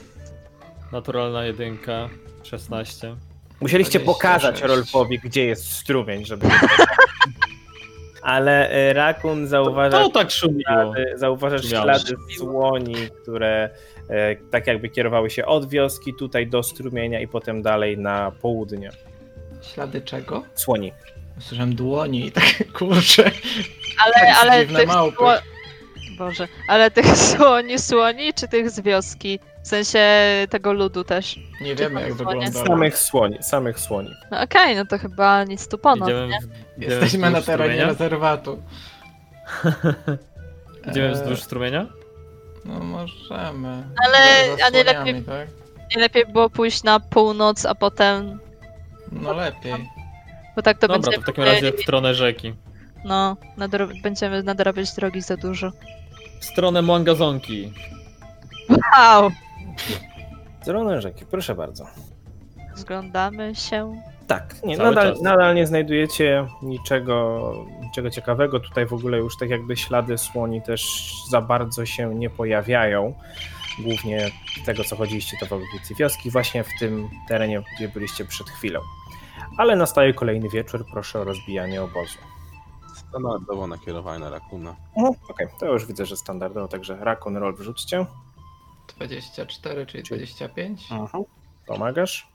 A: Naturalna jedynka, 16.
B: Musieliście
E: 26.
B: pokazać Rolfowi, gdzie jest strumień, żeby... Ale e, Rakun zauważa...
A: To tak szumiło.
B: ślady, zauważasz
A: Miał.
B: ślady słoni, które e, tak jakby kierowały się od wioski tutaj do strumienia i potem dalej na południe.
E: Ślady czego?
B: Słoni.
E: Słyszałem dłoni i tak, takie kurcze.
C: Ale, ale
E: Tak, dziwne
C: tych
E: małpy.
C: sło... Boże, ale tych słoni, słoni czy tych z wioski? W sensie tego ludu też. Czy
E: Nie wiemy
C: tam
E: jak
C: słonie
E: wygląda.
B: Samych słoni, samych słoni.
C: No okej, no to chyba nic tu ponad.
A: Idziemy, w, idziemy
E: Jesteśmy na
A: wzdłuż
E: terenie
A: strumienia?
E: rezerwatu.
A: Idziemy
E: Eee,
A: wzdłuż strumienia?
E: No możemy.
C: Ale-
E: Za
C: a nie
E: słoniami,
C: lepiej-
E: Tak?
C: Nie lepiej było pójść na północ, a potem...
E: No lepiej.
C: Bo tak to
A: Dobra,
C: będzie...
A: to w takim razie w stronę rzeki.
C: No, nadro- będziemy nadrabiać drogi za dużo.
A: W stronę Mwangazonki.
C: Au!
B: Zielone rzeki, proszę bardzo.
C: Rozglądamy się.
B: Tak, nie,
A: Cały
B: nadal,
A: czas.
B: nadal nie znajdujecie niczego, niczego ciekawego. Tutaj w ogóle już tak jakby ślady słoni też za bardzo się nie pojawiają. Głównie tego, co chodziliście to w okolicy wioski, właśnie w tym terenie, gdzie byliście przed chwilą. Ale nastaje kolejny wieczór, proszę o rozbijanie obozu.
D: Standardowo nakierowanie na rakuna.
B: No, okej, to już widzę, że standardowo, także Rakun Roll wrzućcie.
E: 24, czyli 25?
B: Pomagasz,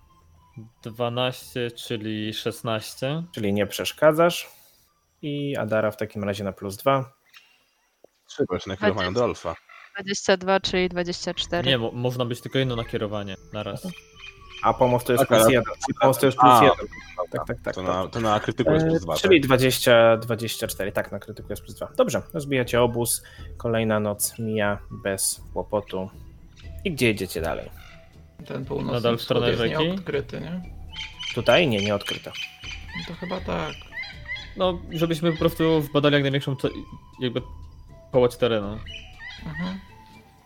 A: 12, czyli 16.
B: czyli nie przeszkadzasz. I Adara w takim razie na plus dwa.
D: Szybkość nakierowania do Alfa.
C: 22, czyli 24.
A: Nie, mo można być tylko jedno nakierowanie na raz.
B: A pomoc to jest
D: Taka-
B: plus jeden. Pomoc to jest plus
D: Tak, A,
B: jeden. Tak, tak, tak.
D: To
B: tak.
D: na, to na krytyku jest
B: E,
D: plus tak? 2.
B: Czyli 20, 24, tak, na krytyku jest plus 2. Dobrze, rozbijacie obóz, kolejna noc mija bez kłopotu. I gdzie jedziecie dalej?
E: Ten północny
A: Nadal w
E: wschód
A: stronę
E: jest
A: rzeki?
E: nieodkryty, nie?
B: Tutaj? Nie, nie odkryto.
E: No to chyba tak.
A: No, żebyśmy po prostu wbadali jak największą co- jakby połać terenu.
E: Mhm.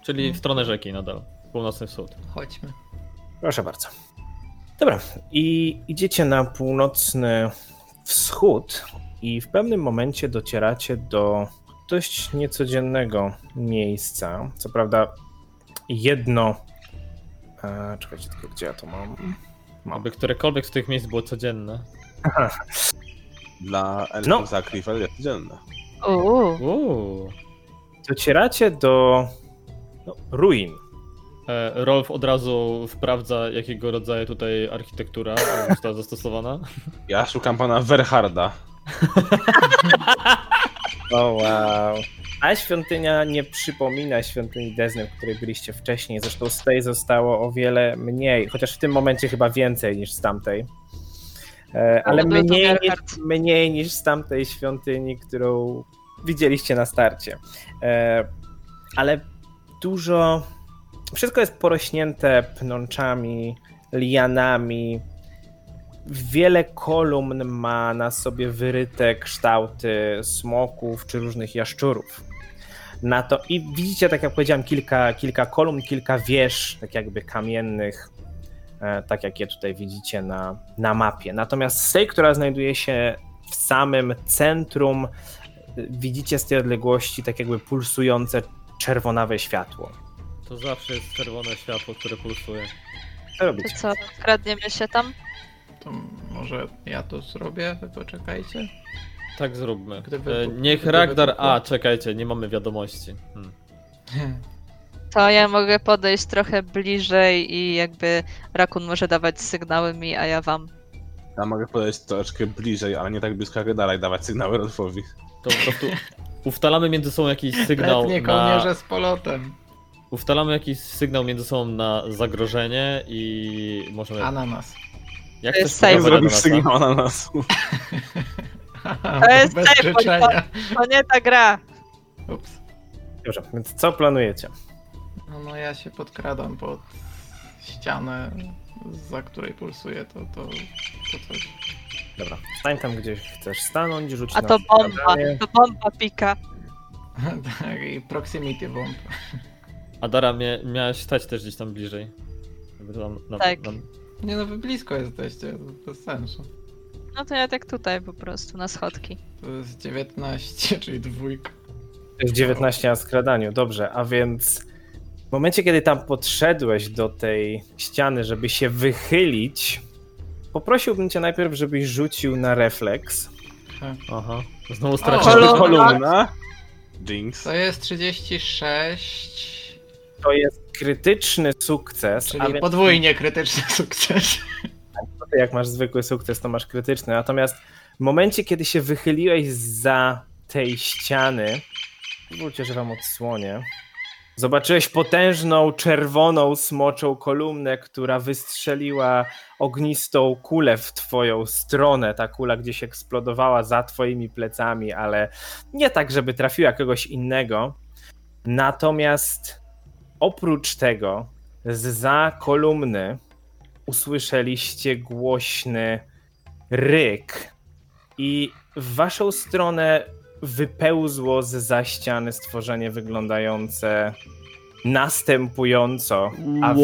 A: Czyli w stronę rzeki nadal. Północny wschód.
E: Chodźmy.
B: Proszę bardzo. Dobra, i idziecie na północny wschód i w pewnym momencie docieracie do dość niecodziennego miejsca. Co prawda jedno... E, czekajcie tylko, gdzie ja to mam? Mam.
A: Aby którekolwiek z tych miejsc było codzienne.
D: Dla elfów
B: No.
D: no. za Krifel jest dzienne.
C: Uuu.
A: Uuu.
B: Docieracie do no, ruin.
A: E, Rolf od razu sprawdza, jakiego rodzaju tutaj architektura została zastosowana.
D: Ja szukam pana Werharda.
B: O wow. A świątynia nie przypomina świątyni Dezny, w której byliście wcześniej. Zresztą z tej zostało o wiele mniej, chociaż w tym momencie chyba więcej niż z tamtej. E, Ale
C: No, to- to
B: mniej, niż,
C: Gerhard.
B: mniej niż z tamtej świątyni, którą widzieliście na starcie. E, Ale dużo Wszystko jest porośnięte pnączami, lianami. Wiele kolumn ma na sobie wyryte kształty smoków czy różnych jaszczurów. Na to i widzicie, tak jak powiedziałem, kilka, kilka kolumn, kilka wież, tak jakby kamiennych, e, tak jak je tutaj widzicie na, na mapie. Natomiast z tej, która znajduje się w samym centrum, y, widzicie z tej odległości tak jakby pulsujące czerwonawe światło.
A: To zawsze jest czerwone światło, które pulsuje.
B: Co
C: To
B: robicie?
C: co, kradniemy się tam?
E: To może ja to zrobię, wy poczekajcie.
A: Tak zróbmy.
E: Gdyby
A: E,
E: bu-
A: Niech
E: gdyby
A: Ragdar...
E: bu-
A: A, czekajcie, nie mamy wiadomości. Hmm.
C: To ja mogę podejść trochę bliżej i jakby Rakun może dawać sygnały mi, a ja wam.
D: Ja mogę podejść troszeczkę bliżej, ale nie tak blisko jak dalej, dawać sygnały Rolfowi.
A: To po prostu ustalamy między sobą jakiś sygnał
E: Letnie
A: na...
E: kołnierze z polotem.
A: Ustalamy jakiś sygnał między sobą na zagrożenie i możemy...
E: Ananas.
A: Jak
C: To
A: chcesz
C: jest safe.
A: próbować
D: Zrobisz
A: Ananasa?
D: sygnał na nas.
C: To jest
E: Bez
C: safe,
E: życzenia.
C: To nie ta gra!
E: Ups.
B: Dobrze, więc co planujecie?
E: No, no ja się podkradam pod ścianę, za której pulsuje to, to, to coś.
B: Dobra, stań tam, gdzie chcesz stanąć, rzuć
C: A
B: na
C: to bomba,
B: wskazanie.
C: to bomba pika.
E: tak, i proximity bomb.
A: Adara, mia miałaś stać też gdzieś tam bliżej. Żeby tam, nam-
C: Tak.
A: nam-
E: Nie no, wy blisko jesteście, to bez sensu.
C: No to ja tak tutaj po prostu, na schodki.
E: To jest 19, czyli dwójka.
B: To jest 19 na skradaniu, dobrze, a więc w momencie, kiedy tam podszedłeś do tej ściany, żeby się wychylić, poprosiłbym cię najpierw, żebyś rzucił na refleks.
E: Tak.
A: Aha. Znowu
E: Kolumna.
B: Tak,
A: straciliśmy.
D: Kolumna. Kolumna. Jinx.
E: To jest 36,
B: To jest krytyczny sukces, a
E: czyli
B: więc
E: podwójnie krytyczny sukces.
B: ty jak masz zwykły sukces, to masz krytyczny. Natomiast w momencie, kiedy się wychyliłeś za tej ściany, pozwólcie, że wam odsłonię, zobaczyłeś potężną, czerwoną, smoczą kolumnę, która wystrzeliła ognistą kulę w twoją stronę. Ta kula gdzieś eksplodowała za twoimi plecami, ale nie tak, żeby trafiła kogoś innego. Natomiast oprócz tego, za kolumny usłyszeliście głośny ryk i w waszą stronę wypełzło z za ściany stworzenie wyglądające następująco, a w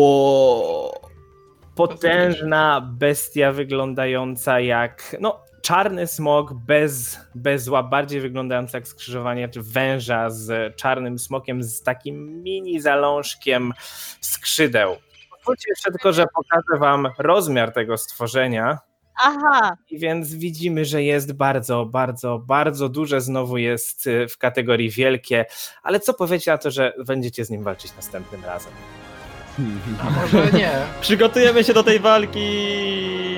B: potężna bestia wyglądająca jak no, czarny smok bez, bez łap, bardziej wyglądająca jak skrzyżowanie czy węża z czarnym smokiem z takim mini zalążkiem skrzydeł. Pozwólcie jeszcze tylko, że pokażę wam rozmiar tego stworzenia.
C: Aha!
B: I więc widzimy, że jest bardzo, bardzo, bardzo duże. Znowu jest y, w kategorii wielkie. Ale co powiecie na to, że będziecie z nim walczyć następnym razem?
E: A może nie.
A: Przygotujemy się do tej walki!